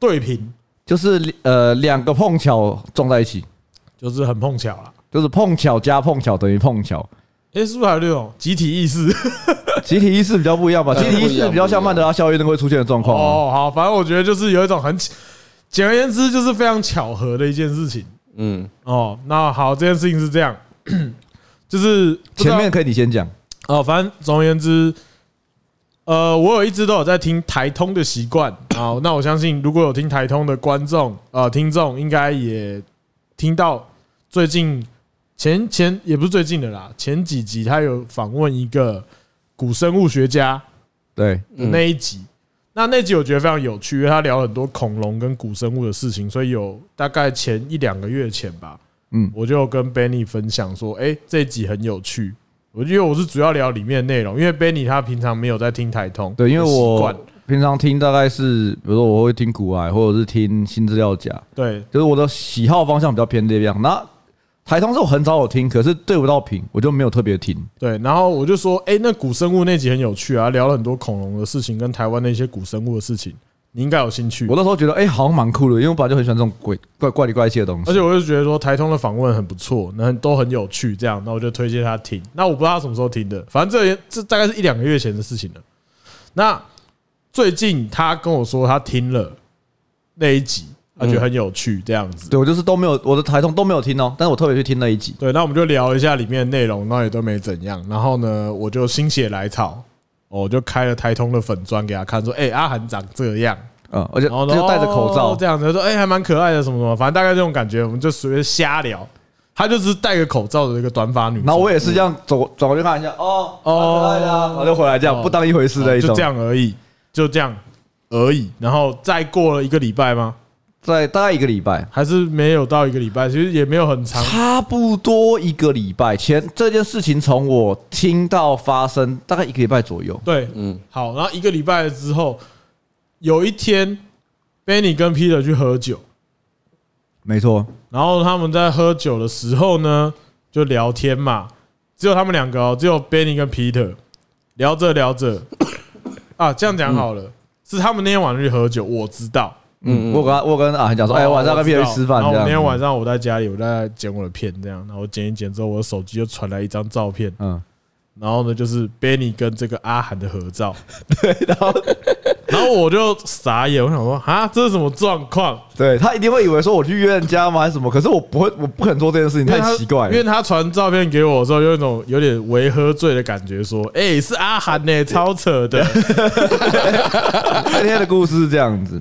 Speaker 2: 对平
Speaker 1: 就是呃两个碰巧撞在一起，
Speaker 2: 就是很碰巧啦。
Speaker 1: 就是碰巧加碰巧等于碰巧。
Speaker 2: 诶，是不是还有那种集体意识？
Speaker 1: 集体意识比较不一样吧，
Speaker 3: 呃
Speaker 1: 集体意识比较像曼德拉效应那个会出现的状况啊。
Speaker 2: 哦，好，反正我觉得就是有一种很，简而言之就是非常巧合的一件事情
Speaker 3: 嗯，
Speaker 2: 哦。那好，这件事情是这样， *coughs* 就是不知道
Speaker 1: 前面可以你先讲，
Speaker 2: 哦，反正总而言之，呃，我有一直都有在听台通的习惯啊。那我相信，如果有听台通的观众呃听众，应该也听到最近前前也不是最近的啦，前几集他有访问一个古生物学家
Speaker 1: 对，
Speaker 3: 嗯
Speaker 2: 的那一集。那那集我觉得非常有趣，因为他聊很多恐龙跟古生物的事情，所以有大概前一两个月前吧，
Speaker 1: 嗯
Speaker 2: 我就跟 Benny 分享说，哎、这一集很有趣。我因为我是主要聊里面的内容，因为 Benny 他平常没有在听台通的
Speaker 1: 对，
Speaker 2: 习
Speaker 1: 因为
Speaker 2: 惯，
Speaker 1: 我平常听大概是，比如说我会听古癌，或者是听新资料夹，
Speaker 2: 对
Speaker 1: 就是我的喜好方向比较偏这样。那台通是我很少有听，可是对不到频，我就没有特别听。
Speaker 2: 对，然后我就说，哎、那古生物那集很有趣啊，聊了很多恐龙的事情跟台湾那些古生物的事情，你应该有兴趣
Speaker 1: 我。那时候觉得，哎、好像蛮酷的，因为我本来就很喜欢这种鬼怪怪里怪气的东西。
Speaker 2: 而且我就觉得说台通的访问很不错，那都很有趣，这样，那我就推荐他听。那我不知道他什么时候听的，反正这这大概是一两个月前的事情了。那最近他跟我说他听了那一集，他觉得很有趣，这样子。
Speaker 1: 对我就是都没有我的台通都没有听哦，但是我特别去听那一集。
Speaker 2: 对，那我们就聊一下里面的内容，那也都没怎样。然后呢，我就心血来潮，哦我就开了台通的粉砖给他看，说：“哎，阿涵长这样。”
Speaker 1: 嗯，而且
Speaker 2: 然后呢
Speaker 1: 就戴着口罩，
Speaker 2: 哦这样子，说哎、还蛮可爱的什么什么，反正大概这种感觉，我们就随便瞎聊。她就是戴个口罩的一个短发女生，
Speaker 1: 然后我也是这样走转过去看一下，哦
Speaker 2: 哦
Speaker 1: 哦，蛮可爱的啊然后就回来这样，
Speaker 2: 哦
Speaker 1: 不当一回事的一
Speaker 2: 就
Speaker 1: 种
Speaker 2: 这。样而已，就这样而已。然后再过了一个礼拜吗？
Speaker 1: 在大概一个礼拜，
Speaker 2: 还是没有到一个礼拜，其实也没有很长。
Speaker 1: 差不多一个礼拜前，这件事情从我听到发生大概一个礼拜左右。
Speaker 2: 对，嗯
Speaker 3: 嗯，
Speaker 2: 好。然后一个礼拜之后，有一天，Benny 跟 Peter 去喝酒，
Speaker 1: 没错，
Speaker 2: 然后他们在喝酒的时候呢，就聊天嘛，只有他们两个哦，只有 Benny 跟 Peter 聊着聊着啊，这样讲好了，是他们那天晚上去喝酒，我知道。
Speaker 1: 嗯，我有跟他我有跟阿涵讲说，哎，
Speaker 2: 哦
Speaker 1: 晚上要跟
Speaker 2: 我知
Speaker 1: 别
Speaker 2: 道
Speaker 1: 人去吃饭
Speaker 2: 然后
Speaker 1: 这
Speaker 2: 我
Speaker 1: 样。
Speaker 2: 那天晚上我在家里，我在剪我的片，这样，然后我剪一剪之后，我的手机就传来一张照片，
Speaker 1: 嗯，
Speaker 2: 然后呢就是 Benny 跟这个阿涵的合照，
Speaker 1: *laughs* 然后
Speaker 2: 然后我就傻眼，我想说啊，这是什么状况？
Speaker 1: 对他一定会以为说我去约人家吗，还是什么？可是我不会，我不可能做这件事情，
Speaker 2: 因为
Speaker 1: 太
Speaker 2: 他
Speaker 1: 奇怪
Speaker 2: 因为
Speaker 1: 了。
Speaker 2: 他传照片给我的时候，有一种有点微喝醉的感觉，说：“哎、是阿涵呢、超扯的。
Speaker 1: 那天的故事是这样子，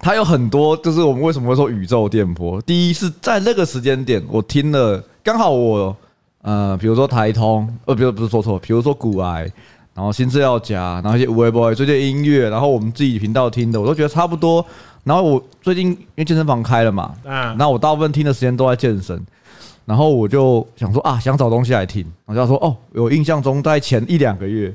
Speaker 1: 他有很多，就是我们为什么会说宇宙电波？第一是在那个时间点，我听了，刚好我呃，比如说台通，呃，比如不是说错，比如说古癌，然后新资料夹，然后一些无为 boy 最近的音乐，然后我们自己频道听的，我都觉得差不多。然后我最近因为健身房开了嘛，
Speaker 2: 啊
Speaker 1: 那我大部分听的时间都在健身，然后我就想说啊，想找东西来听，我就说哦，我印象中在前一两个月，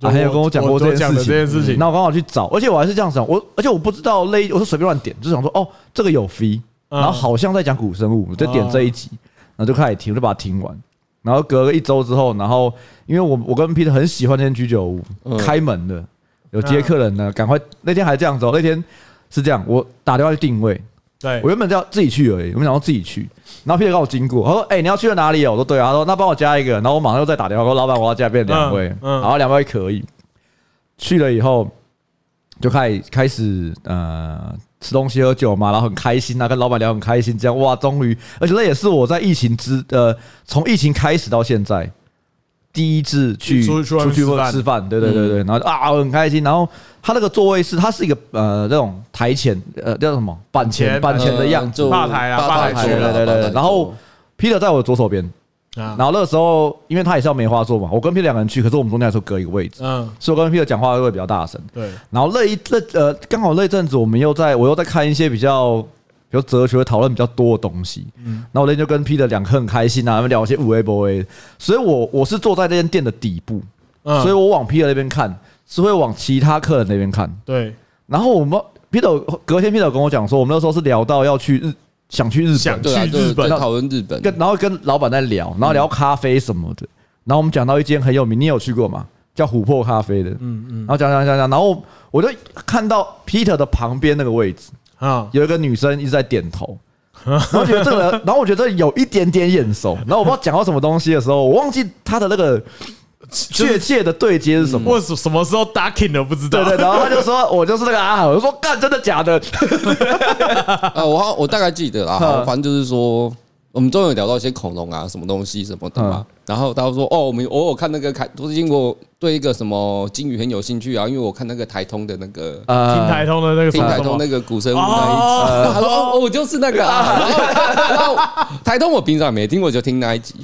Speaker 2: 就
Speaker 1: 啊，还有跟
Speaker 2: 我
Speaker 1: 我讲过
Speaker 2: 我
Speaker 1: 这
Speaker 2: 讲
Speaker 1: 件
Speaker 2: 的
Speaker 1: 事情，
Speaker 2: 这件事情
Speaker 1: 嗯那我刚好去找，而且我还是这样想，我而且我不知道类，我是随便乱点，就想说哦，这个有 fee，
Speaker 2: 嗯
Speaker 1: 然后好像在讲古生物，我就点这一集，然后就开始听，我就把它听完。然后隔了一周之后，然后因为我我跟 Peter 很喜欢那间居酒屋，
Speaker 3: 嗯
Speaker 1: 开门的有接客人呢，赶快那天还这样子哦，那天是这样，我打电话去定位，
Speaker 2: 对
Speaker 1: 我，原本就要自己去而已，我没想到自己去。然后 Peter 刚好经过，他说：“哎、你要去了哪里哦？”我说：“对啊。”他说：“那帮我加一个。”然后我马上又再打电话说：“老板，我要加变两位。
Speaker 2: 嗯嗯
Speaker 1: 然后两位可以。去了以后，就开开始呃吃东西喝酒嘛，然后很开心啊，跟老板聊很开心，这样哇，终于，而且那也是我在疫情之呃从疫情开始到现在第一次去
Speaker 2: 出去外
Speaker 1: 出
Speaker 2: 面
Speaker 1: 去
Speaker 2: 吃饭
Speaker 1: 吃饭，对对对对，然后就啊我很开心，然后他那个座位是它是一个呃那种台前呃叫什么板前
Speaker 2: 前
Speaker 1: 板前嗯的样子
Speaker 3: 嗯就
Speaker 2: 吧台啊吧台
Speaker 1: 对
Speaker 3: 桌
Speaker 1: 对对
Speaker 3: 啦吧
Speaker 1: 对
Speaker 3: 台
Speaker 1: 对，
Speaker 3: 桌
Speaker 1: 然后 Peter 在我左手边，
Speaker 2: 啊
Speaker 1: 然，后那个时候因为他也是要梅花座嘛，我跟 Peter 两个人去，可是我们中间还是隔一个位置，
Speaker 2: 嗯，
Speaker 1: 所以我跟 Peter 讲话会比较大声。
Speaker 2: 对，
Speaker 1: 然后那一那呃，刚好那一阵子我们又在我又在看一些比较比较哲学讨论比较多的东西，嗯，然后我那天就跟 Peter 两个很开心啊，他们聊一些五 A 博 A，所以我我是坐在那间店的底部，
Speaker 2: 嗯，
Speaker 1: 所以我往 Peter 那边看是会往其他客人那边看，
Speaker 2: 对，
Speaker 1: 然后我们 Peter 隔天 Peter 跟我讲说，我们那时候是聊到要去日想去日
Speaker 2: 想
Speaker 1: 本，
Speaker 3: 对啊，
Speaker 2: 去
Speaker 3: 对
Speaker 2: 日本嗯
Speaker 3: 在讨论日本，
Speaker 1: 跟然后跟老板在聊，然后聊咖啡什么的，然后我们讲到一间很有名，你有去过吗？叫琥珀咖啡的，
Speaker 2: 嗯嗯
Speaker 1: 然后讲讲讲讲，然后我就看到 Peter 的旁边那个位置
Speaker 2: 啊，
Speaker 1: 有一个女生一直在点
Speaker 2: *laughs*
Speaker 1: 头，然后觉得这个人，然后我觉得有一点点眼熟，然后我不知道讲到什么东西的时候，我忘记他的那个确切的对接是什么。
Speaker 2: 我什什么时候 ducking 都不知道
Speaker 1: 对，对，然后他就 *laughs* 说我就是那个阿豪，我就说干真的假的？
Speaker 3: 啊，我好我大概记得
Speaker 2: *laughs*
Speaker 3: 啦，
Speaker 1: 嗯
Speaker 3: 反正就是说，我们中有聊到一些恐龙啊，什么东西什么的嘛。
Speaker 2: 嗯
Speaker 3: 然后他说，哦，我们偶尔看那个台，最近我对一个什么金鱼很有兴趣啊，因为我看那个台通的那个
Speaker 2: *laughs*
Speaker 1: *laughs* 呃
Speaker 2: 听台通的那个什
Speaker 3: 听
Speaker 2: 么
Speaker 3: 嗯台
Speaker 2: 啊什
Speaker 3: 通
Speaker 2: 么
Speaker 3: 那个古生物那一集，他说哦，我就是那
Speaker 2: *laughs*
Speaker 3: 个啊。然后然后台通我平常也没听过，就听那一集。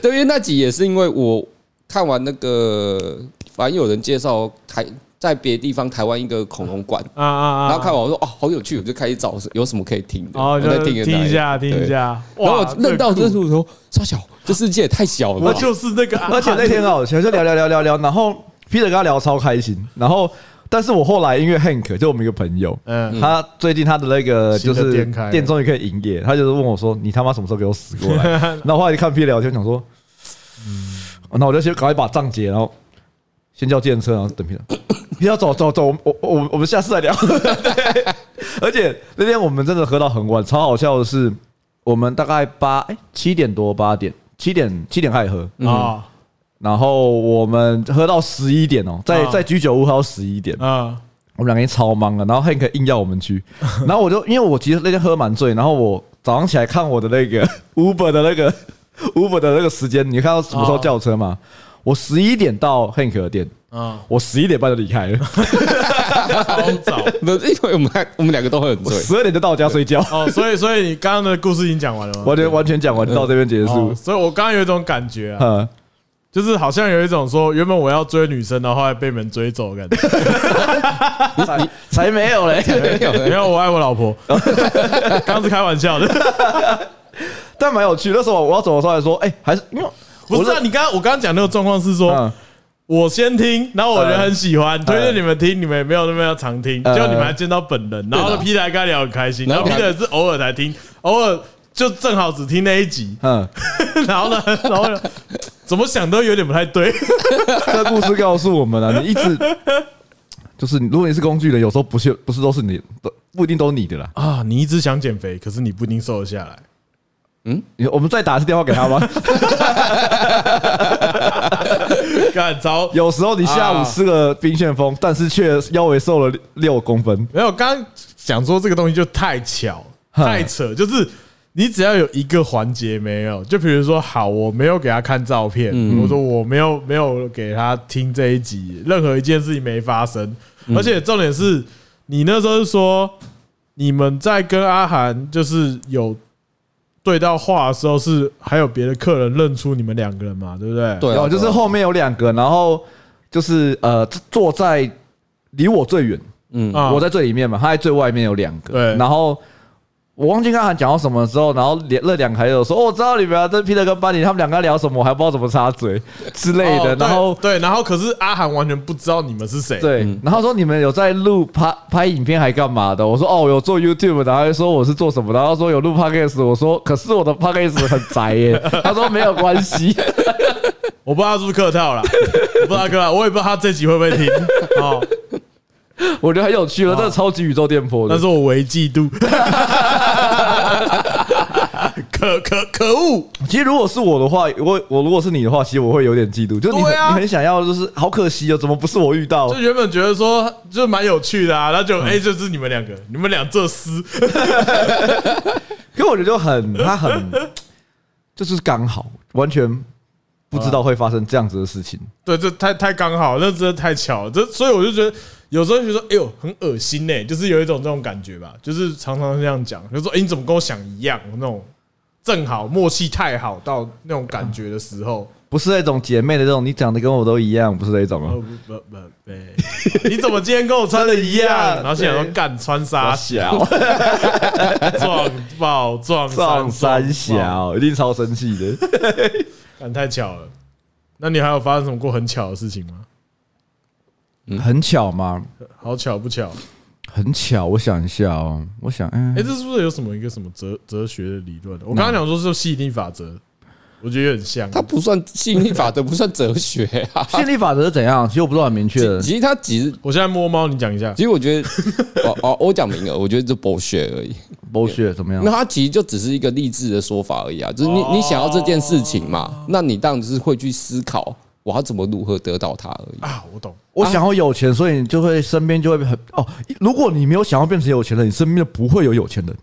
Speaker 3: 对，因为那集也是因为我看完那个，反正有人介绍台在别地方台湾一个恐龙馆。
Speaker 2: 啊啊啊，
Speaker 3: 然后看完我说哦，好有趣，我就开始找有什么可以听的，
Speaker 2: 哦，
Speaker 3: 我
Speaker 2: 就
Speaker 3: 再
Speaker 2: 是
Speaker 3: 听
Speaker 2: 听一下，听一。下，
Speaker 3: 对然后
Speaker 2: 哇
Speaker 3: 我愣到
Speaker 2: 这个
Speaker 3: 这
Speaker 2: 酷
Speaker 3: 时候我说：“沙小，这世界也太小了吧。”
Speaker 2: 我就是那个啊，
Speaker 1: 而且那天很好笑，就聊聊聊聊聊，然后 Peter 跟他聊超开心，然后但是我后来因为 Hank 就我们一个朋友，
Speaker 2: 嗯，
Speaker 1: 他最近他的那个就
Speaker 2: 新的
Speaker 1: 是
Speaker 2: 店开了
Speaker 1: 店终于可以营业，他就是问我说：“你他妈什么时候给我死过
Speaker 2: *laughs*
Speaker 1: 来？”然后后来就看 P 聊天，想说，嗯，那我就先赶快把账结，然后先叫电车，然后等 P 聊。P
Speaker 2: *laughs*
Speaker 1: 聊走走走，我我我我们下次再聊。 *laughs* 对而且那天我们真的喝到很晚，超好笑的是，我们大概八哎七点多八点七点七点开始喝，
Speaker 2: 啊
Speaker 1: 然后我们喝到十一点哦，在
Speaker 2: 啊
Speaker 1: 在居酒屋喝到十一点。
Speaker 2: 啊
Speaker 1: 我们两个人超忙了，然后 Hank 硬要我们去， *laughs* 然后我就因为我其实那天喝蛮醉，然后我早上起来看我的那个 *laughs* Uber 的那个 *laughs* Uber 的那个时间，你看到什么时候叫车吗？我十一点到 Hank 的店，
Speaker 2: 啊，
Speaker 1: 我十一点半就离开了，
Speaker 2: 超早
Speaker 3: 不是因为我们还我们两个都很
Speaker 1: 我
Speaker 3: 醉，
Speaker 1: 十二点就到家睡觉，
Speaker 2: 哦，所以所以你刚刚的故事已经讲完了吗？
Speaker 1: 完全完全讲完到这边结束
Speaker 2: 哦，所以我刚刚有一种感觉啊，
Speaker 1: 嗯，
Speaker 2: 就是好像有一种说原本我要追女生，然后后来被你们追走的感 *laughs* 觉。
Speaker 1: 才才没有
Speaker 2: *laughs*
Speaker 1: 嘞。
Speaker 3: 没有
Speaker 2: 没有，我爱我老 *laughs* 婆，刚刚是开玩笑 *laughs* 的，
Speaker 1: 但蛮有趣。那时候我要走的时候还说，哎、还是因为
Speaker 2: 不是啊？你刚刚我刚刚讲那个状况是说，
Speaker 1: 嗯
Speaker 2: 我先听，然后我觉得很喜欢，推荐你们听，你们也没有那么要常听，
Speaker 1: 嗯
Speaker 2: 结果你们还见到本人，然后
Speaker 3: 对的
Speaker 2: Peter 还跟他聊得很开心，然
Speaker 3: 然
Speaker 2: 后
Speaker 3: 后
Speaker 2: Peter 是偶尔才听，偶尔就正好只听那一集， *laughs*
Speaker 1: 嗯，
Speaker 2: 然后呢，然后呢怎么想都有点不太对，
Speaker 1: *laughs* 这故事告诉我们啊了、你一直就是，如果你是工具人，有时候不是不是都是你，都不一定都是你的啦。
Speaker 2: *laughs* 啊，你一直想减肥，可是你不一定瘦得下来。
Speaker 1: 你我们再打一次电话给他吗？
Speaker 2: 干糟，
Speaker 1: 有时候你下午吃了冰旋风，但是却腰围瘦了六公分。
Speaker 2: 没有，刚刚想说这个东西就太巧
Speaker 1: 哼
Speaker 2: 太扯，就是你只要有一个环节没有，就比如说好，我没有给他看照片，
Speaker 1: 嗯
Speaker 2: 我说我没有没有给他听这一集，任何一件事情没发生，
Speaker 1: 嗯
Speaker 2: 而且重点是你那时候是说你们在跟阿涵就是有。对到话的时候是还有别的客人认出你们两个人嘛，对不对？
Speaker 3: 对啊
Speaker 1: 然后就
Speaker 3: 对
Speaker 1: 是
Speaker 3: 啊
Speaker 1: 后面有两个，然后就是呃坐在离我最远，
Speaker 3: 嗯
Speaker 2: 啊
Speaker 1: 我在最里面嘛，他在最外面有两个。
Speaker 2: 对
Speaker 1: 然后我忘记刚才讲到什么时候，然后连那两个还有说，哦，我知道你们啊，这 Peter 跟班尼他们两个在聊什么，我还不知道怎么插嘴之类
Speaker 2: 哦
Speaker 1: 的。
Speaker 2: 对
Speaker 1: 然后
Speaker 2: 对，然后可是阿涵完全不知道你们是谁，
Speaker 1: 对，然后说你们有在录拍拍影片还干嘛的？我说哦，有做 YouTube，然后还说我是做什么的，然后说有录 Podcast，我说可是我的 Podcast 很宅耶， *laughs* 他说没有关系， *laughs*
Speaker 2: 我不知道他是不是客套啦，我不知道他客套，我也不知道他这集会不会听哦。
Speaker 1: 我觉得很有趣了，这个超级宇宙电波的
Speaker 2: 那是。我唯嫉妒。 *laughs* 可可可恶！
Speaker 1: 其实如果是我的话，我我如果是你的话，其实我会有点嫉妒，就是你很
Speaker 2: 对啊
Speaker 1: 你很想要，就是好可惜哦，怎么不是我遇到
Speaker 2: 就？原本觉得说就蛮有趣的啊，那就哎、就是你们两个，你们俩这厮，
Speaker 1: 可我觉得就很他很 *laughs* 就是刚好，完全不知道会发生这样子的事情。
Speaker 2: 对，这太太刚好，那真的太巧了。这所以我就觉得有时候就说，哎呦，很恶心呢、就是有一种这种感觉吧，就是常常这样讲，就说，哎、你怎么跟我想一样？那种正好默契太好到那种感觉的时候，
Speaker 1: 不是那种姐妹的这种，你长得跟我都一样，不是那种
Speaker 2: 呃
Speaker 1: 哦。
Speaker 2: 不不不，不 *laughs* 你怎么今天跟我穿的一样？然后现在说
Speaker 1: 对
Speaker 2: 干穿 *laughs* 沙小，撞爆撞
Speaker 1: 上
Speaker 2: 三
Speaker 1: 三，小一定超生气的。
Speaker 2: 干太巧了。那你还有发生什么过很巧的事情吗？嗯
Speaker 1: 很巧吗？
Speaker 2: 好巧不巧？
Speaker 1: 很巧，我想一下哦，我想，嗯
Speaker 2: 哎、，这是不是有什么一个什么哲哲学的理论？我刚刚讲说是吸引力法则，我觉得有点像。
Speaker 3: 它不算吸引力法则，不算哲学
Speaker 2: 哎
Speaker 3: 啊。
Speaker 1: 吸引力法则是怎样？其实我 *laughs* 不是很明确的。
Speaker 3: 其实它其实，
Speaker 2: 我现在摸猫，你讲一下
Speaker 3: 其。实我觉得， *laughs* 哦哦，我讲明了，我觉得这 bullshit 而已。
Speaker 1: bullshit 怎么样
Speaker 2: 啊
Speaker 3: 那？它其实就只是一个励志的说法而已啊，就是你你想要这件事情嘛，那你当然就是会去思考我要怎么如何得到它而已。
Speaker 2: 啊，我懂，
Speaker 1: 我想要有钱，所以你就会身边就会很哦。如果你没有想要变成有钱人，你身边就不会有有钱人。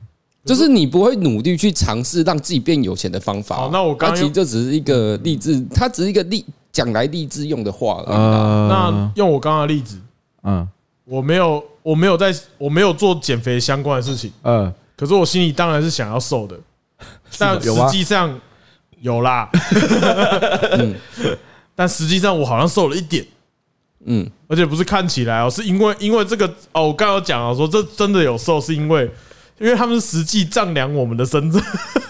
Speaker 3: 就是你不会努力去尝试让自己变有钱的方法啊、
Speaker 2: 好那我刚
Speaker 3: 它其实就只是一个励志，它只是一个励讲来励志用的话
Speaker 1: 啊
Speaker 3: 了。
Speaker 2: 啊那用我刚刚的例子，
Speaker 1: 嗯
Speaker 2: 我没有，我没有在，我没有做减肥相关的事情，
Speaker 1: 嗯，
Speaker 2: 可是我心里当然是想要瘦的，但实
Speaker 1: 有吗
Speaker 2: 际上
Speaker 1: *laughs*
Speaker 2: 有啦，
Speaker 1: 嗯
Speaker 2: 但实际上我好像瘦了一点，
Speaker 3: 嗯，
Speaker 2: 而且不是看起来哦，是因为因为这个哦，我刚刚有讲啊，说这真的有瘦，是因为因为他们是实际丈量我们的身子，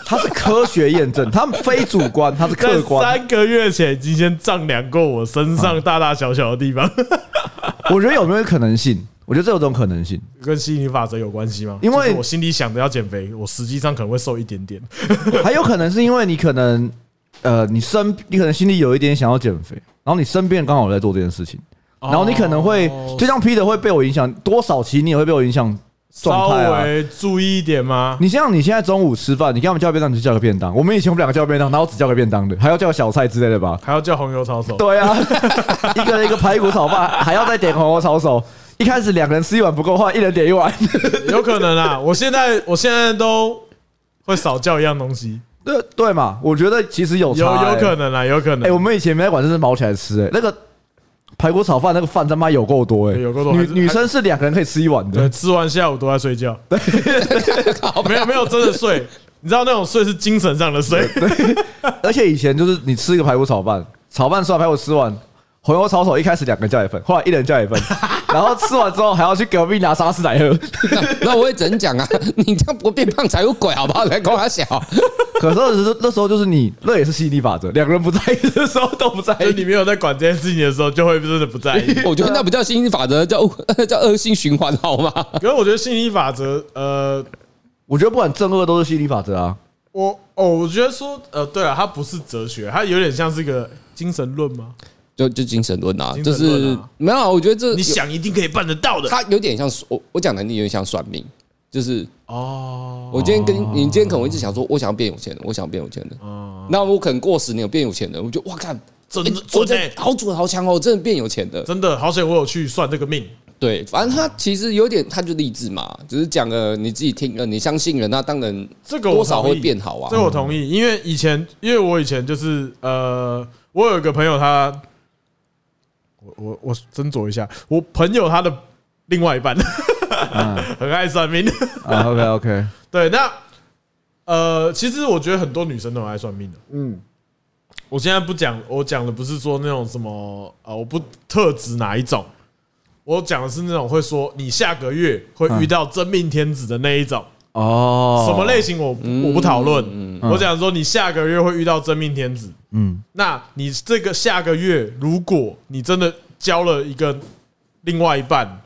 Speaker 1: 它是科学验证，它非主观，它是
Speaker 2: 在
Speaker 1: *laughs* 客
Speaker 2: *laughs*
Speaker 1: 观。嗯
Speaker 2: 三个月前已经先丈量过我身上大大小小的地方， *laughs*
Speaker 1: 我觉得有没有可能性？我觉得这有种可能性。
Speaker 2: 跟吸引力法则有关系吗？
Speaker 1: 因为
Speaker 2: 就是我心里想着要减肥，我实际上可能会瘦一点点，
Speaker 1: *laughs* 还有可能是因为你可能，呃，你身你可能心里有一点想要减肥，然后你身边刚好有在做这件事情，
Speaker 2: 哦
Speaker 1: 然后你可能会就像 Peter 会被我影响，多少其实你也会被我影响状
Speaker 2: 稍
Speaker 1: 态啊。
Speaker 2: 微注意一点吗？
Speaker 1: 你像你现在中午吃饭，你跟他们叫便当，你就叫个便当。我们以前我们两个叫便当，然后只叫个便当的，还要叫个小菜之类的吧？
Speaker 2: 还要叫红油抄手，
Speaker 1: 对啊， *laughs* 一个人一个排骨炒饭，还要再点红油抄手。一开始两个人吃一碗不够的话，一人点一碗。 *laughs*
Speaker 2: 有可能啊！我现在我现在都会少叫一样东西，
Speaker 1: 对对嘛？我觉得其实有
Speaker 2: 有
Speaker 1: 差、欸，
Speaker 2: 有可能啊，有可
Speaker 1: 哎、
Speaker 2: 能
Speaker 1: 我。们以前没在管，真是毛起来吃、哎，那个排骨炒饭那个饭他妈有够多、哎，
Speaker 2: 有够多还
Speaker 1: 女
Speaker 2: 是
Speaker 1: 女生是两个人可以吃一碗
Speaker 2: 对，
Speaker 1: 的，
Speaker 2: 呃吃完下午都在睡觉，没有没有真的睡，你知道那种睡是精神上的睡，
Speaker 1: *laughs* 而且以前就是你吃一个排骨炒饭，炒饭吃完排骨吃完，红油抄手一开始两个人叫一份，后来一人叫一份， *laughs* 然后吃完之后还要去隔壁拿沙士来喝。
Speaker 3: 那 *laughs* 那我也只能讲啊，你这样不变胖才有鬼好不好？来跟我
Speaker 2: *laughs*
Speaker 3: 小，
Speaker 1: *laughs* 可是那时候那时候就是你，那也是吸引力法则，两个人不在意的时候都不在
Speaker 2: 就是
Speaker 1: 意。
Speaker 2: 你没有在管这件事情的时候，就会真的不在意。
Speaker 3: 我觉得那不叫吸引力法则，叫叫恶性循环好吗？
Speaker 2: 可是我觉得心理法则，呃，
Speaker 1: *laughs* 我觉得不管正恶都是吸引力法则啊。
Speaker 2: 我哦，我觉得说，呃，对了，它不是哲学，它有点像是一个精神论吗？
Speaker 3: 就就精神论啊，
Speaker 2: 精
Speaker 3: 就
Speaker 2: 神论
Speaker 3: 是
Speaker 2: 啊
Speaker 3: 没有啊，我觉得这
Speaker 2: 你想一定可以办得到的
Speaker 3: 它有点像我我讲的，你有点像算命，就是
Speaker 2: 哦。
Speaker 3: 我今天跟你今天可能一直想说，我想要变有钱人，我想要变有钱人。
Speaker 2: 哦
Speaker 3: 那我可能过十年有变有钱人，我就哇看，
Speaker 2: 真
Speaker 3: 欸
Speaker 2: 的
Speaker 3: 我
Speaker 2: 准
Speaker 3: 真
Speaker 2: 欸
Speaker 3: 的好准好强哦，我真的变有钱的。
Speaker 2: 真的好险，我有去算这个命，
Speaker 3: 对，反正他其实有点，他就励志嘛，只是讲了你自己听了，你相信了，那当然
Speaker 2: 这个我
Speaker 3: 多少
Speaker 2: 同意
Speaker 3: 会变好啊
Speaker 2: 这。我同意，因为以前，因为我以前就是呃，我有一个朋友他，我我我斟酌一下，我朋友他的另外一半 *laughs*
Speaker 1: 嗯
Speaker 2: 很爱算命，
Speaker 1: *laughs* 啊，OK OK，
Speaker 2: 对，那呃，其实我觉得很多女生都很爱算命的，嗯。我现在不讲，我讲的不是说那种什么呃，我不特指哪一种，我讲的是那种会说你下个月会遇到真命天子的那一种，
Speaker 1: 哦，
Speaker 2: 什么类？型我我不讨论，我讲说你下个月会遇到真命天子，
Speaker 1: 嗯，
Speaker 2: 那你这个下个月如果你真的交了一个另外一半，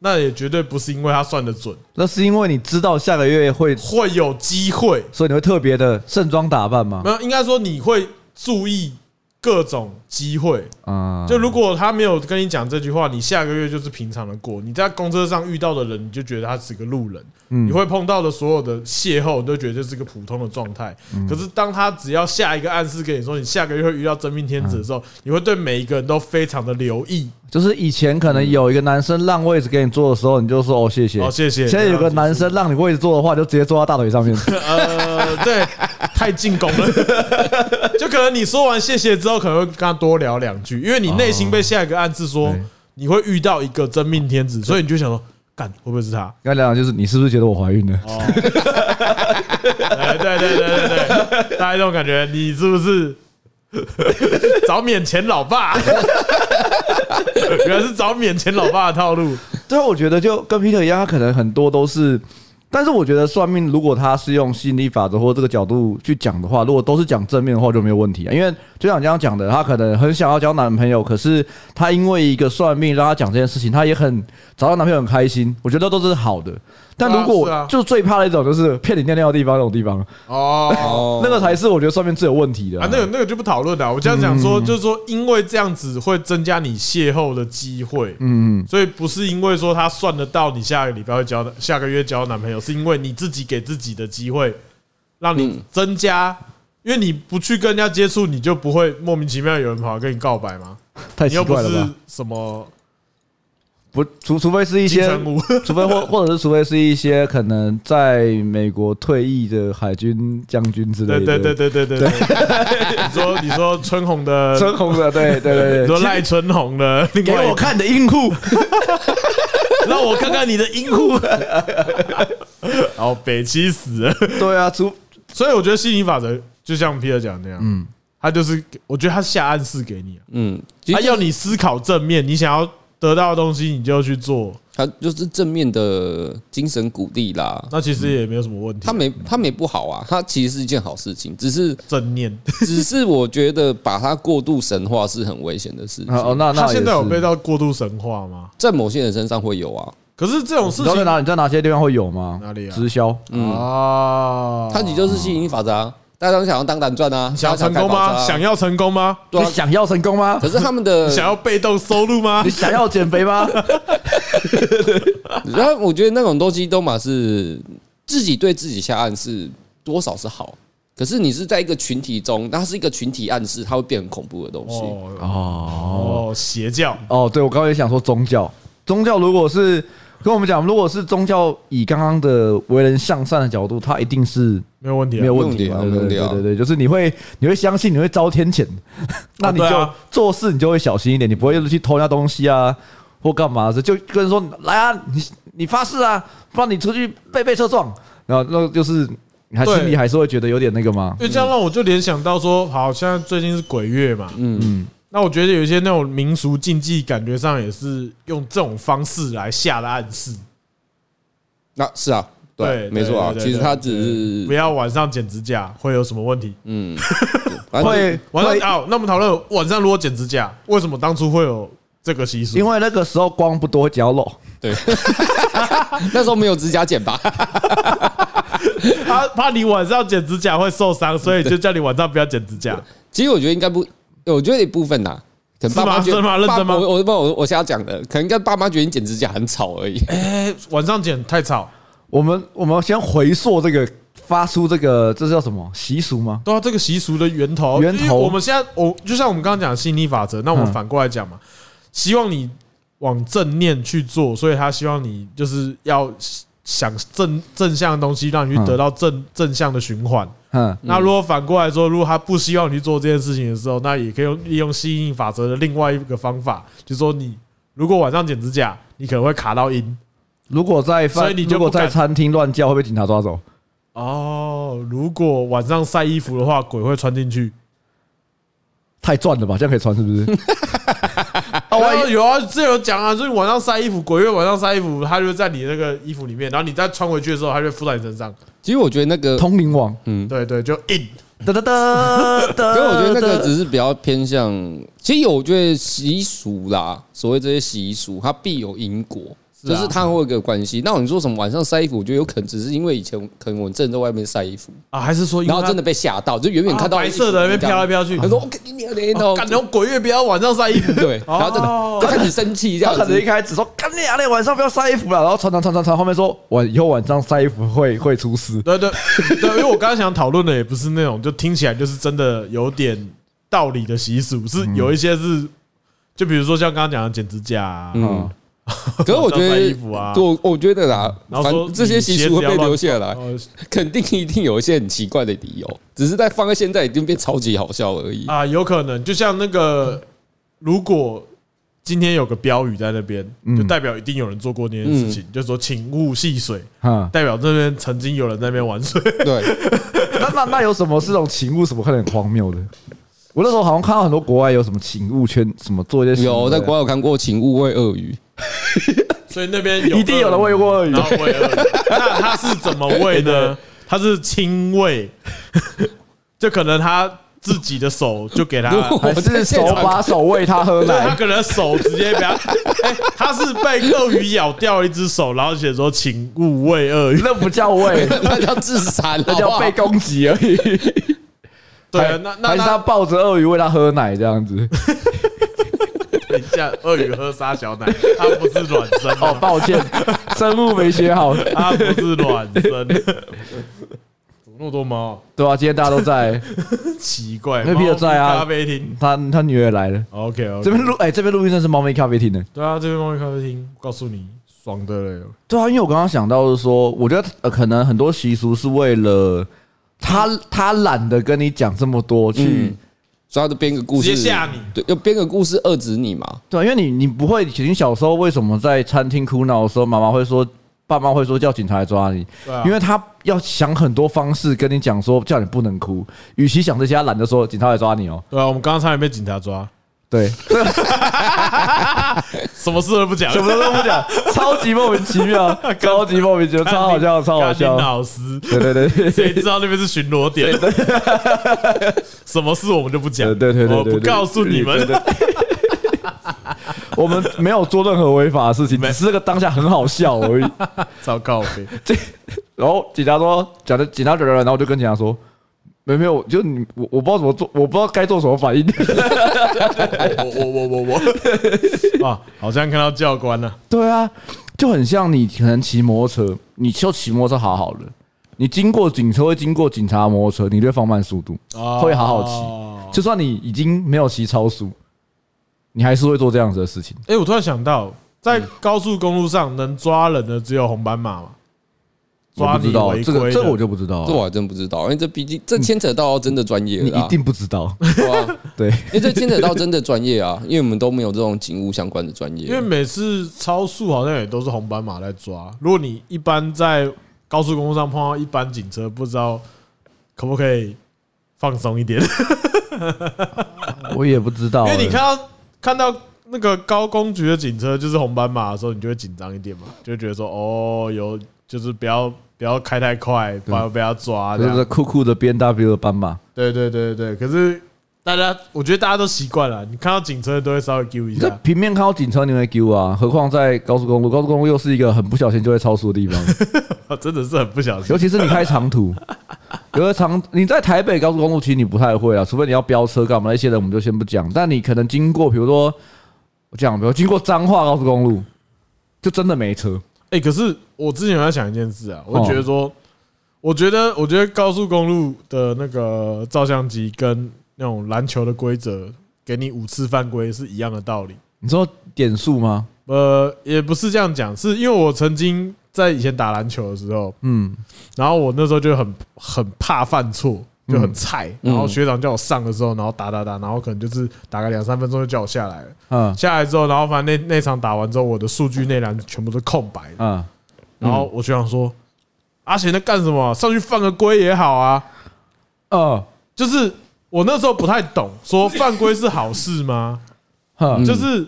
Speaker 2: 那也绝对不是因为他算的准，
Speaker 1: 那是因为你知道下个月会，
Speaker 2: 会有机会，
Speaker 1: 所以你会特别的盛装打扮吗？
Speaker 2: 没有，应该说你会注意各种机会。
Speaker 1: 啊，
Speaker 2: 就如果他没有跟你讲这句话，你下个月就是平常的过。你在公车上遇到的人，你就觉得他是个路人，
Speaker 1: 嗯
Speaker 2: 你会碰到的所有的邂逅，你都觉得这是个普通的状态。
Speaker 1: 嗯
Speaker 2: 可是当他只要下一个暗示跟你说你下个月会遇到真命天子的时
Speaker 1: 啊
Speaker 2: 候，你会对每一个人都非常的留意。
Speaker 1: 就是以前可能有一个男生让位置给你坐的时候，你就说哦谢谢，
Speaker 2: 嗯哦谢谢
Speaker 1: 现在有个男生让你位置坐的话，就直接坐到大腿上面。
Speaker 2: *laughs* 呃，对，太进攻了。 *laughs* 就可能你说完谢谢之后，可能会跟他多聊两句，因为你内心被下一个暗示说
Speaker 1: 哦对
Speaker 2: 你会遇到一个真命天子，所以你就想说，干会不会是他？
Speaker 1: 跟他讲就是你是不是觉得我怀孕了？
Speaker 2: 哦哎，对对对对对，大家这种感觉，你是不是 *laughs* 找免钱老爸？原来是找免钱老爸的套路。
Speaker 1: 对啊，我觉得就跟 Peter 一样，他可能很多都是，但是我觉得算命如果他是用吸引力法则或这个角度去讲的话，如果都是讲正面的话就没有问题啊。因为就像你这样讲的，他可能很想要交男朋友，可是他因为一个算命让他讲这件事情，他也很找到男朋友很开心，我觉得都是好的。但如
Speaker 2: 对啊是啊
Speaker 1: 果就最怕的一种就是骗你尿尿的地方那种地方，
Speaker 2: 哦。
Speaker 3: 哦
Speaker 1: 那个才是我觉得算命最有问题的
Speaker 2: 啊，那个那个就不讨论了。我这样讲
Speaker 1: 嗯
Speaker 2: 说，就是说，因为这样子会增加你邂逅的机会，
Speaker 1: 嗯，
Speaker 2: 所以不是因为说他算得到你下个礼拜会交的，下个月交男朋友，是因为你自己给自己的机会，让你
Speaker 3: 嗯
Speaker 2: 增加，因为你不去跟人家接触，你就不会莫名其妙有人跑来跟你告白嘛。
Speaker 1: 太
Speaker 2: 你
Speaker 1: 奇
Speaker 2: 又不
Speaker 1: 怪了
Speaker 2: 是
Speaker 1: 吧？
Speaker 2: 什么
Speaker 1: 不，除除非是一
Speaker 2: 金
Speaker 1: 些
Speaker 2: 城武，
Speaker 1: 除非或或者是除非是一些可能在美国退役的海军将军之类
Speaker 2: 对
Speaker 1: 的，
Speaker 2: 对对对对对对。你说你说春红的，
Speaker 1: 真红的，对对对对
Speaker 2: 你说。赖春红的，另
Speaker 1: 给
Speaker 2: 外一
Speaker 1: 我
Speaker 2: 个，
Speaker 1: 看你的硬裤，
Speaker 2: 让我看看你的阴户。 *laughs* 哦，北七死了。
Speaker 1: *laughs* 对啊，除
Speaker 2: 所以我觉得吸引力法则就像皮尔讲的那样，嗯，他就是我觉得他下暗示给你啊，
Speaker 3: 嗯，其
Speaker 2: 他
Speaker 3: 实
Speaker 2: 要你思考正面，你想要得到的东西，你就去做，
Speaker 3: 他就是正面的精神鼓励啦。
Speaker 2: 那其实也没有什么问题
Speaker 3: 他。没他没不好啊，他其实是一件好事情，只是
Speaker 2: 正念，
Speaker 3: 只是我觉得把它过度神化是很危险的事
Speaker 1: 啊哦
Speaker 3: 情，
Speaker 1: 那那
Speaker 2: 他现在有被
Speaker 1: 到，
Speaker 2: 到过度神化吗？
Speaker 3: 在某些人身上会有啊，
Speaker 2: 可是这种
Speaker 1: 你
Speaker 2: 事
Speaker 1: 知道在
Speaker 2: 情
Speaker 1: 哪？你在哪些地方会有吗？
Speaker 2: 哪里啊
Speaker 1: 直销，
Speaker 3: 嗯，
Speaker 2: 啊，
Speaker 3: 他你就是吸引力法则啊，大家都想要当蓝钻啊，
Speaker 2: 想要成功
Speaker 3: 大家
Speaker 2: 吗？
Speaker 3: 想
Speaker 2: 想
Speaker 3: 要开宝
Speaker 2: 要成功吗？
Speaker 3: 对
Speaker 1: 你
Speaker 3: 啊
Speaker 1: 想要成功吗
Speaker 3: 藏啊，可？是他们的
Speaker 2: 想要被动收入吗
Speaker 1: *laughs* 你？想要减肥吗？
Speaker 3: 然后我觉得那种东西都嘛是自己对自己下暗示，多少是好。可是你是在一个群体中，那它是一个群体暗示，它会变很恐怖的东西。
Speaker 2: 哦
Speaker 1: *laughs* 哦
Speaker 2: 哦，邪教
Speaker 1: 哦，对，我刚刚也想说宗教，宗教如果是跟我们讲，如果是宗教以刚刚的为人向善的角度，它一定是
Speaker 2: 没有问题啊，
Speaker 1: 没有问题嘛，
Speaker 3: 没
Speaker 1: 对
Speaker 3: 有
Speaker 1: 对
Speaker 3: 问题
Speaker 1: 对
Speaker 3: 啊
Speaker 1: 对对，就是你会你会相信你会遭天
Speaker 2: *laughs*
Speaker 1: 谴，那你
Speaker 2: 对
Speaker 1: 就
Speaker 2: 啊
Speaker 1: 做事你就会小心一点，你不会去偷人家东西啊或干嘛的，就跟人说来啊，你你发誓啊，不然你出去被被车撞，然后那就是你还
Speaker 2: 对
Speaker 1: 心里还是会觉得有点那个嘛
Speaker 2: 因，为这样让我就联想到说，好，现在最近是鬼月嘛，
Speaker 3: 嗯，
Speaker 2: 那我觉得有一些那种民俗禁忌，感觉上也是用这种方式来下的暗示。
Speaker 3: 那是啊，对，
Speaker 2: 对
Speaker 3: 没错啊。
Speaker 2: 对对
Speaker 3: 其实
Speaker 2: 对
Speaker 3: 它
Speaker 2: 对
Speaker 3: 只
Speaker 2: 不
Speaker 3: 是
Speaker 2: 要晚上剪指甲会有什么问题？
Speaker 3: 嗯，反正
Speaker 1: 会
Speaker 2: 晚上
Speaker 1: 会
Speaker 2: 啊，那我们讨论晚上如果剪指甲，为什么当初会有这个习俗？
Speaker 1: 因为那个时候光不多，脚漏。
Speaker 3: 对， *laughs* 那时候没有指甲剪吧？
Speaker 2: 他怕你晚上剪指甲会受伤，所以就叫你晚上不要剪指甲。
Speaker 3: 其实我觉得应该不，我觉得一部分呐、可能爸妈
Speaker 2: 是
Speaker 3: 觉
Speaker 2: 吗真吗
Speaker 3: 得
Speaker 2: 认
Speaker 3: 爸
Speaker 2: 真吗
Speaker 3: 我我不我我瞎讲的，可能跟爸妈觉得你剪指甲很吵而已。
Speaker 2: 哎，晚上剪太吵。
Speaker 1: 我们我们先回溯这个发出这个这叫什么习俗吗？
Speaker 2: 对啊，这个习俗的源头，
Speaker 1: 源头
Speaker 2: 因为我们现在我就像我们刚刚讲的吸引力法则，那我们
Speaker 1: 嗯
Speaker 2: 反过来讲嘛，希望你往正念去做，所以他希望你就是要想正正向的东西，让你去
Speaker 1: 嗯
Speaker 2: 得到正正向的循环。
Speaker 1: 嗯，
Speaker 2: 那如果反过来说，如果他不希望你去做这件事情的时候，那也可以用利用吸引力法则的另外一个方法，就说你如果晚上剪指甲，你可能会卡到音。
Speaker 1: 如果在饭
Speaker 2: 所以你就
Speaker 1: 如果
Speaker 2: 不敢
Speaker 1: 在餐厅乱叫，会被警察抓走。
Speaker 2: 哦，如果晚上晒衣服的话，鬼会穿进去。
Speaker 1: 太赚了吧？这样可以穿是不是？
Speaker 3: *laughs*
Speaker 2: 啊，我有啊，这有讲啊，就是晚上晒衣服，鬼月晚上晒衣服，它就会在你那个衣服里面，然后你再穿回去的时候，它就会附在你身上。
Speaker 3: 其实我觉得那个，
Speaker 1: 通灵王，
Speaker 2: 对对，就硬。
Speaker 1: 哒哒哒哒。
Speaker 2: 呃
Speaker 3: 可是我觉得那个只是比较偏向，其实我觉得习俗啦，所谓这些习俗，它必有因果，
Speaker 2: 啊
Speaker 3: 就是它会有一个关系。那你说什么晚上晒衣服，我觉得有可能只是因为以前可能我们正在外面晒衣服，
Speaker 2: 啊，还是说因为
Speaker 3: 然后真的被吓到，就远远
Speaker 2: 啊
Speaker 3: 看到
Speaker 2: 白色的那边飘来飘去啊哦
Speaker 3: 他说：“哦我跟你连头，，
Speaker 2: 干那种鬼月不要晚上晒衣服
Speaker 3: 对，然
Speaker 2: 哦
Speaker 3: 后就就开始生气这
Speaker 1: 他
Speaker 3: 样
Speaker 1: 可能一
Speaker 3: 子。
Speaker 1: 开始说干你啊，你晚上不要晒衣服了，然后传传传传传，后面说晚以后晚上晒衣服会 *laughs* 会出事。
Speaker 2: 对对对，因为我刚刚想讨论的也不是那种就听起来就是真的有点道理的习俗，是
Speaker 3: 嗯
Speaker 2: 有一些是，就比如说像刚刚讲的剪指甲啊，
Speaker 3: 嗯， *laughs* 可是我觉
Speaker 2: 晚上晒
Speaker 3: 得
Speaker 2: 衣服啊，
Speaker 3: 我我觉得啦，
Speaker 2: 然
Speaker 3: 反
Speaker 2: 后说
Speaker 3: 正这些习俗会被留下来，
Speaker 2: 哦
Speaker 3: 肯定一定有一些很奇怪的理由，只是在放在现在已经变超级好笑
Speaker 2: *laughs*
Speaker 3: 而已。
Speaker 2: 啊，有可能就像那个，如果今天有个标语在那边，
Speaker 1: 嗯
Speaker 2: 就代表一定有人做过那件事情，就说请勿戏水，
Speaker 1: 哈，
Speaker 2: 代表这边曾经有人在那边玩
Speaker 1: *laughs*
Speaker 2: 水。
Speaker 3: 对，
Speaker 1: 那那那有什么是这种情物什么看得很荒谬的？我那时候好像看到很多国外有什么情物圈，什么做一些行为
Speaker 3: 有在国外有看过请勿喂鳄
Speaker 1: *laughs*
Speaker 3: 鱼，
Speaker 2: 所以那边有
Speaker 1: 一定有人喂过鳄鱼
Speaker 2: 然后喂鳄鱼。那他是怎么
Speaker 1: *laughs*
Speaker 2: 喂呢？他是亲喂， *laughs* 就可能他自己的手
Speaker 1: *laughs*
Speaker 2: 就给他，
Speaker 3: 如果
Speaker 1: 还是手把手喂它喝
Speaker 2: *laughs* 对他
Speaker 3: *laughs*
Speaker 1: 奶，
Speaker 2: 可能手直接被他， *laughs* 哎，他是被鳄鱼咬掉一只手，然后写说请勿喂鳄
Speaker 1: *laughs*
Speaker 2: 鱼。
Speaker 1: 那不叫喂，
Speaker 3: 那叫自杀，
Speaker 1: 那
Speaker 3: 那
Speaker 1: 叫被攻击而已。
Speaker 2: 对
Speaker 1: 还
Speaker 2: 啊，那那
Speaker 1: 还是他抱着鳄鱼喂它喝奶这样子。
Speaker 2: 等一下，鳄鱼喝沙小奶，它不是卵生
Speaker 1: *laughs* 哦，
Speaker 2: 哦，
Speaker 1: 抱歉，生物没学好，对
Speaker 2: 它不是卵生。怎么那么多猫？
Speaker 1: 吧、啊今天大家都在，
Speaker 2: 奇怪，
Speaker 1: 那 Peter 在啊
Speaker 2: 猫咪咖啡厅。
Speaker 1: 他他女儿来了。
Speaker 2: OK，
Speaker 1: 这边录哎，这边录音室是猫咪咖啡厅的。
Speaker 2: 对啊，这边猫咪咖啡厅，告诉你，爽的嘞。
Speaker 1: 对啊，因为我刚刚想到是说，我觉得呃，可能很多习俗是为了他他懒得跟你讲这么多去。
Speaker 3: 嗯所以他就编个故事
Speaker 2: 直接吓你
Speaker 3: 对，要编个故事遏制你嘛。
Speaker 1: 对啊，因为你你不会，你小时候为什么在餐厅哭闹的时候，妈妈会说，爸妈会说叫警察来抓你，
Speaker 2: 对啊
Speaker 1: 因为他要想很多方式跟你讲说，叫你不能哭。与其想这些，他懒得说警察来抓你哦。
Speaker 2: 对啊，我们刚刚差点被警察抓， *laughs*
Speaker 1: 对，
Speaker 2: 什么事都不讲，
Speaker 1: 什么都不讲，超级莫名其
Speaker 2: *laughs*
Speaker 1: 妙，超级莫名其妙，超好笑，超好
Speaker 2: 干你
Speaker 1: 笑。
Speaker 2: 老师，
Speaker 1: 对对对对
Speaker 2: *laughs* 谁知道那边是巡逻点？什么事我们就不讲，
Speaker 1: 对对对对
Speaker 2: 我
Speaker 1: 对，
Speaker 2: 不告诉你们
Speaker 1: 对。对对 *laughs* 我们没有做任何违法的事情，只是这个当下很好笑而已。
Speaker 2: 糟糕，呗。
Speaker 1: 然后警察说，讲的警察讲的，然后我就跟警察说，没有没有，就你我我不知道怎么做，我不知道该做什么反应。 *laughs*
Speaker 2: 我我我我我， *laughs* 啊，好像看到教官了。
Speaker 1: 对啊，就很像你可能骑摩托车，你就骑摩托车好好的，你经过警车会经过警察摩托车，你就会放慢速度，
Speaker 2: 哦
Speaker 1: 会好好骑。就算你已经没有骑超速，你还是会做这样子的事情。
Speaker 2: 哎、我突然想到，
Speaker 1: 嗯
Speaker 2: 在高速公路上能抓人的只有红斑马嘛？抓
Speaker 1: 我不
Speaker 2: 你
Speaker 1: 知道
Speaker 2: 违
Speaker 1: 这
Speaker 2: 规
Speaker 1: 个
Speaker 2: 的，
Speaker 1: 这个我就不知道
Speaker 3: 这
Speaker 1: 了，
Speaker 3: 我还真不知道，因为这毕竟这牵扯到真的专业
Speaker 1: 哦嗯你
Speaker 3: 了
Speaker 1: 一
Speaker 3: 啊，
Speaker 1: 定不知
Speaker 3: *laughs*
Speaker 1: 道。
Speaker 3: 对啊
Speaker 1: 对，
Speaker 3: 因为这牵扯到真的专业啊， *laughs* 因为我们都没有这种警务相关的专业，
Speaker 2: 因为每次超速好像也都是红斑马在抓。如果你一般在高速公路上碰到一般警车，不知道可不可以放松一点？
Speaker 1: 我也不知道
Speaker 2: 因
Speaker 1: 欸，
Speaker 2: 为你看到看到那个高公局的警车就是红斑马的时候，你就会紧张一点嘛，就会觉得说哦，有就是不要不要开太快，不要被他抓。这
Speaker 1: 就
Speaker 2: 样
Speaker 1: 是酷酷的 B N W 的斑马，
Speaker 2: 对对对对，可是大家，我觉得大家都习惯了，你看到警车都会稍微揪一
Speaker 1: 你在
Speaker 2: 下。
Speaker 1: 平面看到警车你会丢啊，何况在高速公路，高速公路又是一个很不小心就会超速的地方。 *laughs*
Speaker 2: 真的是很不小心
Speaker 1: 尤。其是你开长途，有的长你在台北高速公路其实你不太会啊，除非你要飙车干嘛，那些人我们就先不讲。但你可能经过，比如说我讲，比如经过彰化高速公路，就真的没车。
Speaker 2: 哎、可是我之前有在想一件事啊，我就觉得说，我觉得我觉得高速公路的那个照相机跟那种篮球的规则，给你五次犯规是一样的道理。
Speaker 1: 你说点数吗？
Speaker 2: 呃，也不是这样讲，是因为我曾经在以前打篮球的时候，
Speaker 1: 嗯，
Speaker 2: 然后我那时候就很很怕犯错，就很菜。
Speaker 3: 嗯
Speaker 2: 然后学长叫我上的时候，然后打打打，然后可能就是打个两三分钟就叫我下来了。
Speaker 1: 嗯
Speaker 2: 下来之后，然后反正那那场打完之后，我的数据内栏全部都空白的。
Speaker 1: 嗯，
Speaker 2: 然后我学长说：“阿贤在干什么？上去犯个规也好啊。
Speaker 1: 哦，”
Speaker 2: 就是我那时候不太懂，说犯规是好事吗？
Speaker 1: 哼，
Speaker 2: 就是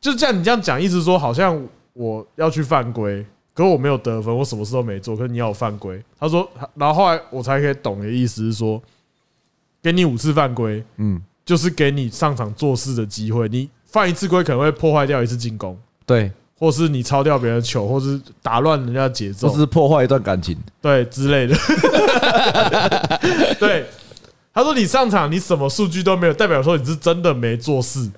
Speaker 2: 就像你这样讲，意思说好像我要去犯规，可我没有得分，我什么事都没做，可是你要我犯规。他说，然后后来我才可以懂的意思是说，给你五次犯规，
Speaker 1: 嗯，
Speaker 2: 就是给你上场做事的机会，你犯一次规可能会破坏掉一次进攻。
Speaker 1: 对，
Speaker 2: 或是你抄掉别人的球，或是打乱人家的节
Speaker 1: 就
Speaker 2: 奏，
Speaker 1: 是破坏一段感情。
Speaker 2: 对之类的。 *laughs* 对，他说你上场你什么数据都没有，代表说你是真的没做事。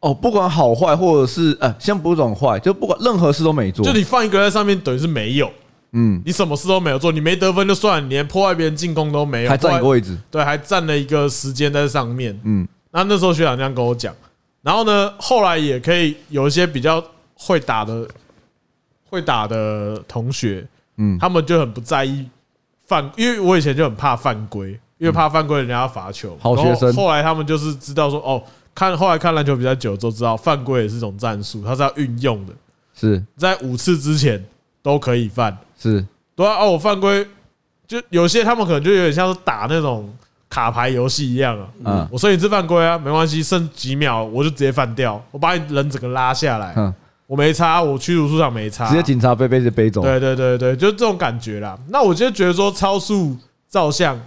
Speaker 1: 哦，不管好坏，或者是呃，先不讲坏，就不管任何事都没做。
Speaker 2: 就你放一个人在上面，等于是没有，
Speaker 1: 嗯，
Speaker 2: 你什么事都没有做，你没得分就算，了，你连破坏别人进攻都没有，
Speaker 1: 还占一个
Speaker 2: 破坏
Speaker 1: 位置，
Speaker 2: 对，还占了一个时间在上面。
Speaker 1: 嗯，
Speaker 2: 那那时候学长这样跟我讲，然后呢，后来也可以有一些比较会打的、会打的同学，
Speaker 1: 嗯
Speaker 2: 他们就很不在意犯，因为我以前就很怕犯规，因为怕犯规人家要罚球。
Speaker 1: 嗯好学生
Speaker 2: 然后后来他们就是知道说，哦，看后来看篮球比较久都知道，犯规也是一种战术，它是要运用的，
Speaker 1: 是
Speaker 2: 在五次之前都可以犯。
Speaker 1: 是，
Speaker 2: 对啊，哦，我犯规，就有些他们可能就有点像是打那种卡牌游戏一样啊。
Speaker 1: 嗯
Speaker 2: 我剩一次犯规啊，没关系，剩几秒我就直接犯掉，我把你人整个拉下来，
Speaker 1: 嗯，
Speaker 2: 我没差，我去足球场没差，
Speaker 1: 直接警察被被背走。
Speaker 2: 啊对对对对，就这种感觉啦。那我就觉得说，超速照相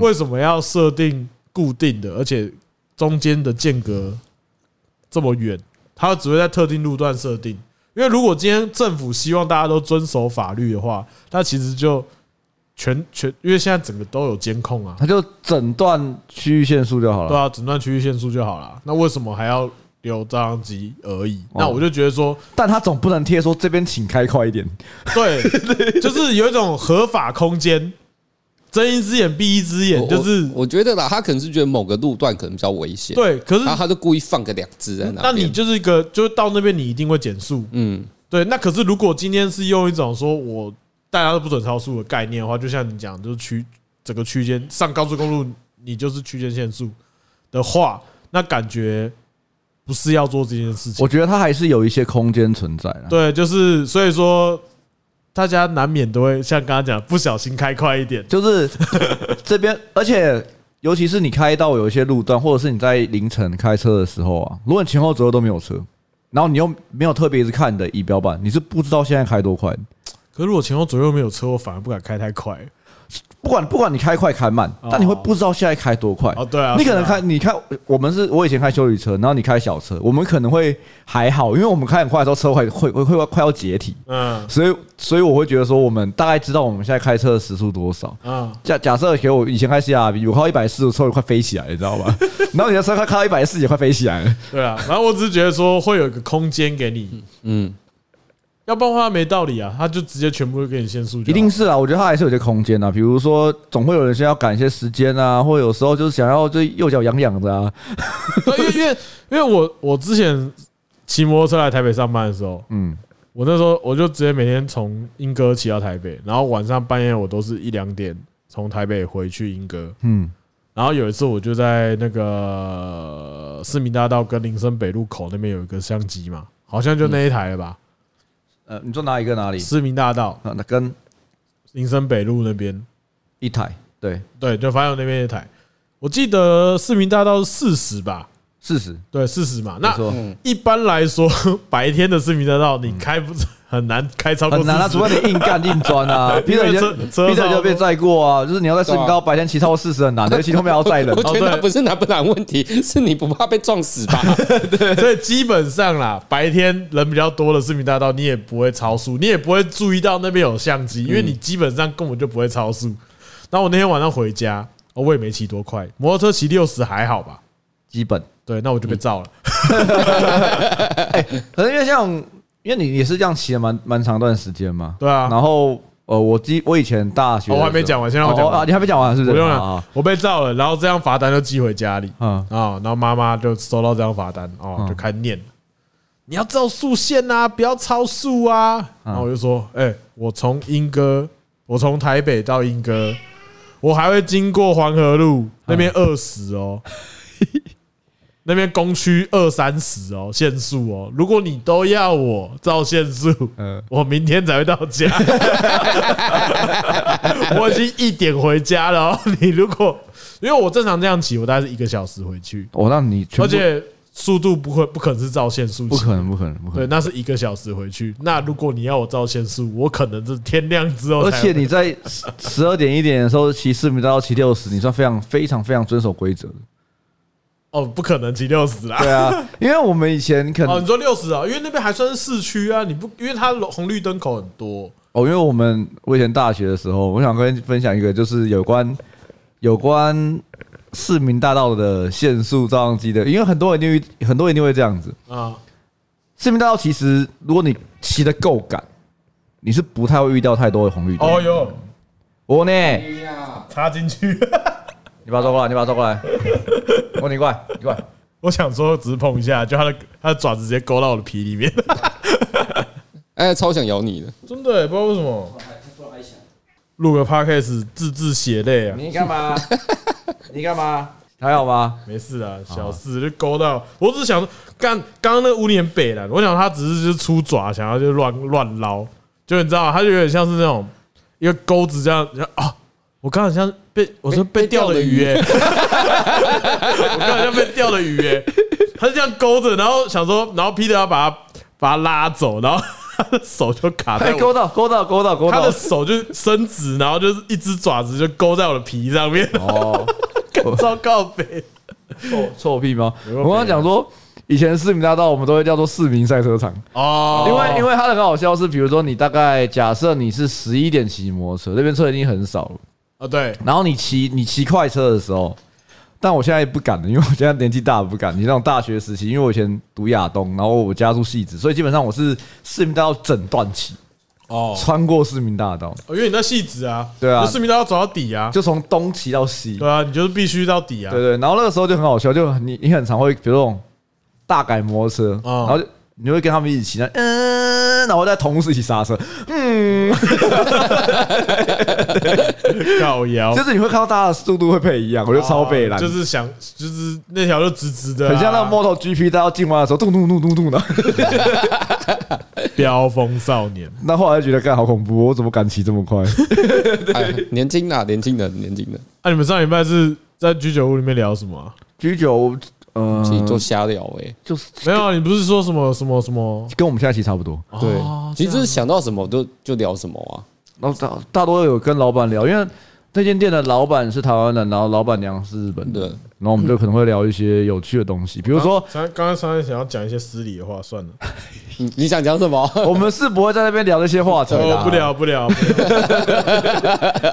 Speaker 2: 为什么要设定固定的，而且中间的间隔这么远？它只会在特定路段设定。因为如果今天政府希望大家都遵守法律的话，那其实就全全，因为现在整个都有监控啊，
Speaker 1: 他就整段区域限速就好
Speaker 2: 对
Speaker 1: 了。
Speaker 2: 啊，诊断区域限速就好了。那为什么还要留照相机而已？
Speaker 1: 哦
Speaker 2: 那我就觉得说，
Speaker 1: 但他总不能贴说这边请开快一点。
Speaker 2: *laughs* 对，就是有一种合法空间，睁一只眼闭一只眼，
Speaker 3: 我
Speaker 2: 就是
Speaker 3: 我我觉得啦，他可能是觉得某个路段可能比较危险，，
Speaker 2: 对。可是
Speaker 3: 然后他就故意放个两只在那边。
Speaker 2: 那你就是一个，就是到那边你一定会减速，
Speaker 3: 嗯，
Speaker 2: 对。那可是如果今天是用一种说我大家都不准超速的概念的话，就像你讲，就是区整个区间上高速公路，你就是区间限速的话，那感觉不是要做这件事情
Speaker 3: 嗯
Speaker 1: 我。觉得他还是有一些空间存在啦。
Speaker 2: 对，就是所以说，大家难免都会像刚刚讲，不小心开快一点，
Speaker 1: 就是这边， *laughs* 而且尤其是你开到有一些路段，或者是你在凌晨开车的时候啊，如果你前后左右都没有车，然后你又没有特别一直看你的仪表板，你是不知道现在开多快的。
Speaker 2: 可是如果前后左右没有车，我反而不敢开太快。
Speaker 1: 不管不管你开快开慢
Speaker 2: 哦，
Speaker 1: 但你会不知道现在开多快。
Speaker 2: 哦，对啊，
Speaker 1: 你可能
Speaker 2: 是啊
Speaker 1: 开，你开，我们是我以前开修理车，然后你开小车，我们可能会还好，因为我们开很快的时候，车会会会会快要解体，
Speaker 2: 嗯
Speaker 1: 所以所以我会觉得说，我们大概知道我们现在开车的时速多少。
Speaker 2: 嗯，
Speaker 1: 假假设给我以前开 CRV，我开一百四，我车都快飞起来了，你知道吧？ *laughs* 然后你的车快开到一百四，也快飞起来了。
Speaker 2: 对啊。然后我只是觉得说会有一个空间给你，
Speaker 3: 嗯，
Speaker 2: 要不然的话没道理啊，他就直接全部都给你限速就好，
Speaker 1: 一定是啦，啊我觉得它还是有些空间啊，比如说总会有人先要赶一些时间啊，或者有时候就是想要就右脚痒痒的啊，
Speaker 2: 对。 *laughs* 因为因为因为我我之前骑摩托车来台北上班的时候，
Speaker 1: 嗯，
Speaker 2: 我那时候我就直接每天从莺歌骑到台北，然后晚上半夜我都是一两点从台北回去莺歌。
Speaker 1: 嗯，
Speaker 2: 然后有一次我就在那个市民大道跟林森北路口那边有一个相机嘛，好像就那一台了吧？
Speaker 1: 呃，你说哪一个哪里？
Speaker 2: 市民大道
Speaker 1: 啊，那跟
Speaker 2: 林森北路那边，
Speaker 1: 一台对
Speaker 2: 对，就反正有那边一台。我记得市民大道是四十吧，
Speaker 1: 四十，
Speaker 2: 对，四十嘛。
Speaker 1: 没
Speaker 2: 那嗯
Speaker 1: 错，嗯
Speaker 2: 一般来说， *laughs* 白天的市民大道你开不很难开超过
Speaker 1: 很
Speaker 2: 四
Speaker 1: 难啊，
Speaker 2: 十，
Speaker 1: 除非你硬干硬钻
Speaker 2: *laughs*
Speaker 1: 啊，逼着人
Speaker 2: 车车
Speaker 1: 家逼着人
Speaker 2: 超
Speaker 1: 家
Speaker 2: 多
Speaker 1: 被载过啊，就是你要在市民道白天骑超过四十很难的，尤其后面还要载人
Speaker 2: *laughs*
Speaker 3: 我。觉得
Speaker 2: 哦对
Speaker 3: 不是难不难问题， *laughs* 是你不怕被撞死
Speaker 2: *laughs*
Speaker 3: 吧？
Speaker 2: 所以基本上啦，白天人比较多的市民大道，你也不会超速，你也不会注意到那边有相
Speaker 1: 嗯
Speaker 2: 机，因为你基本上根本就不会超速。然后我那天晚上回家，哦我也没骑多快，摩托车骑六十还好吧？
Speaker 1: 基本，
Speaker 2: 对，那我就
Speaker 1: 嗯
Speaker 2: 被照了。
Speaker 1: 可是因为像因为你也是这样骑了蛮蛮长段时间嘛，
Speaker 2: 对啊
Speaker 1: 然后呃，我记我以前大学的时候、
Speaker 2: 哦我还没讲完先让我讲完
Speaker 1: 哦啊，你还没讲完是不哦
Speaker 2: 我
Speaker 1: 是？
Speaker 2: 用
Speaker 1: 好
Speaker 2: 了，我被照了，然后这张罚单就寄回家里
Speaker 1: 好嗯，
Speaker 2: 啊，然后妈妈就收到这张罚单哦，
Speaker 1: 嗯
Speaker 2: 就开始念，你要照速线啊，不要超速啊。
Speaker 1: 嗯
Speaker 2: 然后我就说，哎，我从莺歌，我从台北到莺歌，我还会经过黄河路
Speaker 1: 嗯
Speaker 2: 那边二十
Speaker 1: *laughs*
Speaker 2: 哦，那边工区二三十哦，限速哦。如果你都要我照限速，
Speaker 1: 嗯
Speaker 2: 我明天才会到
Speaker 1: *laughs*
Speaker 2: 家。我已经一点回家了、哦。你如果因为我正常这样骑，我大概是一个小时回去，
Speaker 1: 我让哦你全部，
Speaker 2: 而且速度不会不可能是照限速骑，
Speaker 1: 不可能，不可能，不可
Speaker 2: 对，
Speaker 1: 能。
Speaker 2: 那是一个小时回去。那如果你要我照限速，我可能是天亮之后
Speaker 1: 而
Speaker 2: 才。
Speaker 1: 且你在十二点一点的时候骑市民大道骑六十，你算非常非常非常遵守规则的。
Speaker 2: 哦，不可能骑六十啦。
Speaker 1: 对啊，因为我们以前可能
Speaker 2: 哦，你说六十啊？因为那边还算是市区啊，你不因为它红绿灯口很多，
Speaker 1: 哦，因为我们我以前大学的时候，我想跟你分享一个，就是有关有关市民大道的限速照相机的，因为很多人一定会很多人一定会这样子。
Speaker 2: 啊，
Speaker 1: 市民大道其实如果你骑得够赶，你是不太会遇到太多的红绿灯。
Speaker 2: 哦哟，
Speaker 1: 我呢，
Speaker 2: 插进去。
Speaker 1: 你把它抓过来，你把它抓过来。我你过来，你过来。
Speaker 2: *laughs* 我想说只是碰一下，就它的它的爪子直接勾到我的皮里面，
Speaker 3: 哎，超想咬你的。
Speaker 2: *laughs* 真的、不知道为什么。录个 podcast 自制血泪啊，
Speaker 1: 你干嘛？你干嘛？还好吗？
Speaker 2: 没事啊，小事就勾到。我只是想说，干刚刚那个乌脸北兰，我想他只是就是出爪，想要就乱乱捞，就你知道吗，他就有点像是那种一个钩子这样然后啊。我刚好像被我说被钓的鱼、欸， *laughs* 我刚好像被钓的鱼、欸，他是这样勾着，然后想说，然后 Peter 要把他把他拉走，然后他的手就卡在
Speaker 1: 哎，
Speaker 2: 我
Speaker 1: 勾到，勾到，勾到，勾
Speaker 2: 他
Speaker 1: 到
Speaker 2: 的。手就伸直，然后就是一只爪子就勾在我的皮上面， *laughs*
Speaker 1: 哦，
Speaker 2: 糟糕呗！
Speaker 1: 臭臭屁猫。
Speaker 2: *laughs* 没有
Speaker 1: 我刚刚讲说，以前市民大道我们都会叫做市民赛车场，
Speaker 2: 哦
Speaker 1: 因为因为它的很好笑是，比如说你大概假设你是十一点骑摩托车，那边车已经很少了，
Speaker 2: 啊，对，
Speaker 1: 然后你骑你骑快车的时候。但我现在不敢了，因为我现在年纪大了不敢。你那种大学时期，因为我以前读亚东，然后我家住戏子，所以基本上我是市民大道整段骑，
Speaker 2: 哦，
Speaker 1: 穿过市民大道，
Speaker 2: 因为你那戏子啊，
Speaker 1: 对啊
Speaker 2: 就市民都要走到底啊，
Speaker 1: 就从东骑到西。
Speaker 2: 对啊，你就是必须到底啊，
Speaker 1: 对对，然后那个时候就很好笑，就你你很常会比如那种大改摩托车，
Speaker 2: 哦
Speaker 1: 然后就你会跟他们一起骑，那嗯，然后再同时一起刹车，嗯，
Speaker 2: 搞摇
Speaker 1: 就是你会看到大家的速度会配一样，我觉得超北蓝，
Speaker 2: 哦就是想就是那条就啊直直的啊，
Speaker 1: 很像那个 Moto GP 大家进弯的时候，咚咚咚咚咚的。
Speaker 2: 飙风少年，
Speaker 1: 那后来就觉得干好恐怖，我怎么敢骑这么
Speaker 2: *laughs*
Speaker 1: 快？
Speaker 3: 哎，年轻啊，年轻人，年轻人，
Speaker 2: 啊那你们上礼拜是在居酒屋里面聊什么啊？
Speaker 1: 居酒，呃
Speaker 3: 自己做瞎聊哎。
Speaker 1: 就是
Speaker 2: 没有啊，你不是说什么什么
Speaker 1: *laughs*
Speaker 2: 什么？
Speaker 1: 跟我们现在骑差不多。
Speaker 2: 哦
Speaker 3: 对，其实就是想到什么就就聊什么啊。
Speaker 1: 然后大大多有跟老板聊，因为那间店的老板是台湾人，然后老板娘是日本人，
Speaker 3: 对
Speaker 1: 然后我们就可能会聊一些有趣的东西，比如
Speaker 2: *laughs*
Speaker 1: 说
Speaker 2: 刚刚刚才上面想要讲一些失礼的话，算了，
Speaker 3: 你你想讲什么？
Speaker 1: 我们是不会在那边聊那些话题的
Speaker 2: 哦，
Speaker 1: 啊，
Speaker 2: 不聊不聊，
Speaker 1: *laughs*
Speaker 2: 不聊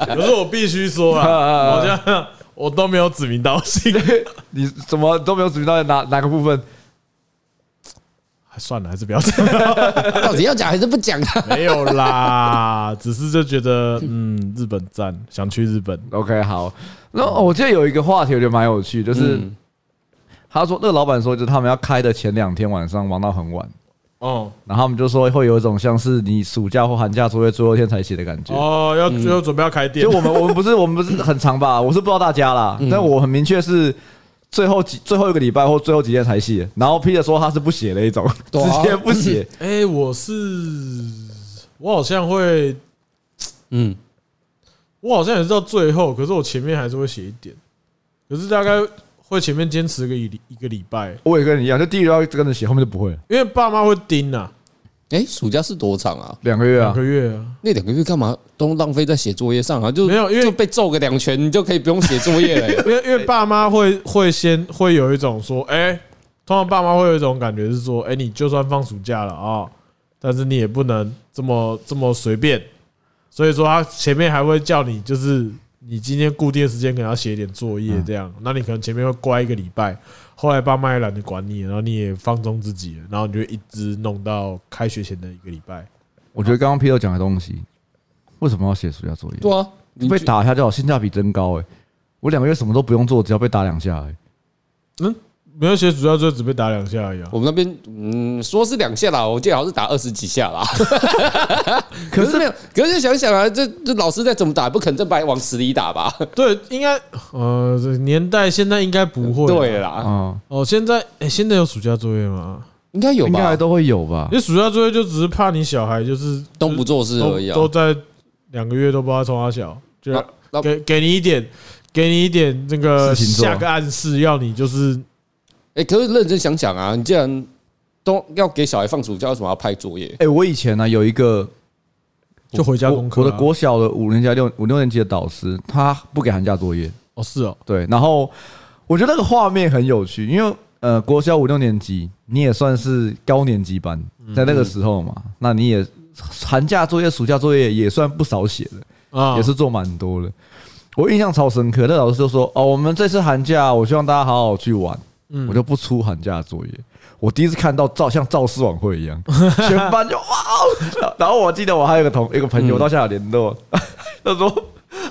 Speaker 2: 可是我必须说啊，好像 *laughs* 我都没有指名道
Speaker 1: *laughs*
Speaker 2: 姓，
Speaker 1: 你怎么都没有指名到底哪哪个部分？
Speaker 2: 还哎算了，还是不要讲，
Speaker 3: 到底要讲还是不讲啊？
Speaker 2: 没有啦，只是就觉得嗯，日本赞，想去日本
Speaker 1: OK，好，那哦我记得有一个话题，我觉得蛮有趣，就是
Speaker 3: 嗯
Speaker 1: 他说那个老板说，就是他们要开的前两天晚上玩到很晚，
Speaker 2: 哦
Speaker 1: 然后他们就说会有一种像是你暑假或寒假作业最后一天才写的感觉。
Speaker 2: 哦，要要准备要开店
Speaker 1: 就，我们我们不是我们不是很长吧？我是不知道大家啦，但我很明确是。最后几最后一个礼拜或最后几天才写，然后 Peter 说他是不写的一种，
Speaker 3: 对啊
Speaker 1: 直接不写。
Speaker 2: 哎，我是我好像会，
Speaker 3: 嗯，
Speaker 2: 我好像也是到最后，可是我前面还是会写一点，可是大概会前面坚持个一一个礼拜，
Speaker 1: 我也跟你一样，就第一个要跟着写，后面就不会了。
Speaker 2: 因为爸妈会盯啊，
Speaker 3: 哎，暑假是多长啊？
Speaker 1: 两个月啊
Speaker 2: 两个，月啊。
Speaker 3: 那两个月干嘛都浪费在写作业上啊？就
Speaker 2: 没有因为
Speaker 3: 就被揍个两拳，你就可以不用写作业
Speaker 2: *laughs*
Speaker 3: 了欸。
Speaker 2: 因为因为爸妈会会先会有一种说，哎、通常爸妈会有一种感觉是说，哎、你就算放暑假了啊、但是你也不能这么这么随便，所以说他前面还会叫你，就是你今天固定的时间可能要写一点作
Speaker 3: 嗯
Speaker 2: 业这样，那你可能前面会乖一个礼拜，后来爸妈也懒得管你，然后你也放纵自己了，然后你就一直弄到开学前的一个礼拜。
Speaker 1: 我觉得刚刚 Peter 讲的东西，为什么要写暑假作业？
Speaker 3: 对啊，你
Speaker 1: 被
Speaker 3: 就
Speaker 1: 打一下就好，性价比真高哎、我两个月什么都不用做，只要被打两下哎、
Speaker 2: 嗯，没有写暑假作业只被打两下而已啊。
Speaker 3: 我们那边嗯，说是两下啦，我记得好像是打二十几下啦。
Speaker 1: 可
Speaker 3: 是没有，可是想想啊，这这老师再怎么打，也不可能这白往死里打吧？
Speaker 2: 对，应该呃，这年代现在应该不会。
Speaker 3: 对啦，
Speaker 1: 啊，
Speaker 2: 哦，现在哎、现在有暑假作业吗？
Speaker 3: 应该有
Speaker 1: 应该
Speaker 3: 吧？
Speaker 1: 都会有吧
Speaker 2: 因？为暑假作业就只是怕你小孩就是
Speaker 3: 都不做事而
Speaker 2: 都
Speaker 3: 已啊。
Speaker 2: 都在两个月都不知道从哪小，就
Speaker 3: 那那
Speaker 2: 给给你一点，给你一点那个
Speaker 1: 事情做
Speaker 2: 下个暗示，要你就是
Speaker 3: 哎，可是认真想想啊，你既然都要给小孩放暑假，为什么要派作业？
Speaker 1: 哎、我以前呢、有一个
Speaker 2: 就回家
Speaker 1: 我
Speaker 2: 功课啊。
Speaker 1: 我的国小的五年级、六五六年级的导师，他不给寒假作业，
Speaker 2: 哦是哦，
Speaker 1: 对，然后我觉得那个画面很有趣，因为呃，国小五六年级你也算是高年级班，
Speaker 2: 嗯
Speaker 1: 在那个时候嘛，那你也寒假作业、暑假作业也算不少写的。
Speaker 2: 啊
Speaker 1: 也是做蛮多的。我印象超深刻，那老师就说：“哦，我们这次寒假，我希望大家好好去玩，
Speaker 2: 嗯
Speaker 1: 我就不出寒假作业。”我第一次看到造像造势晚会一
Speaker 2: *laughs*
Speaker 1: 样，全班就哇哦！然然后我记得我还有一个同一个朋
Speaker 2: 嗯
Speaker 1: 友，到现在有联络， *laughs* 他说，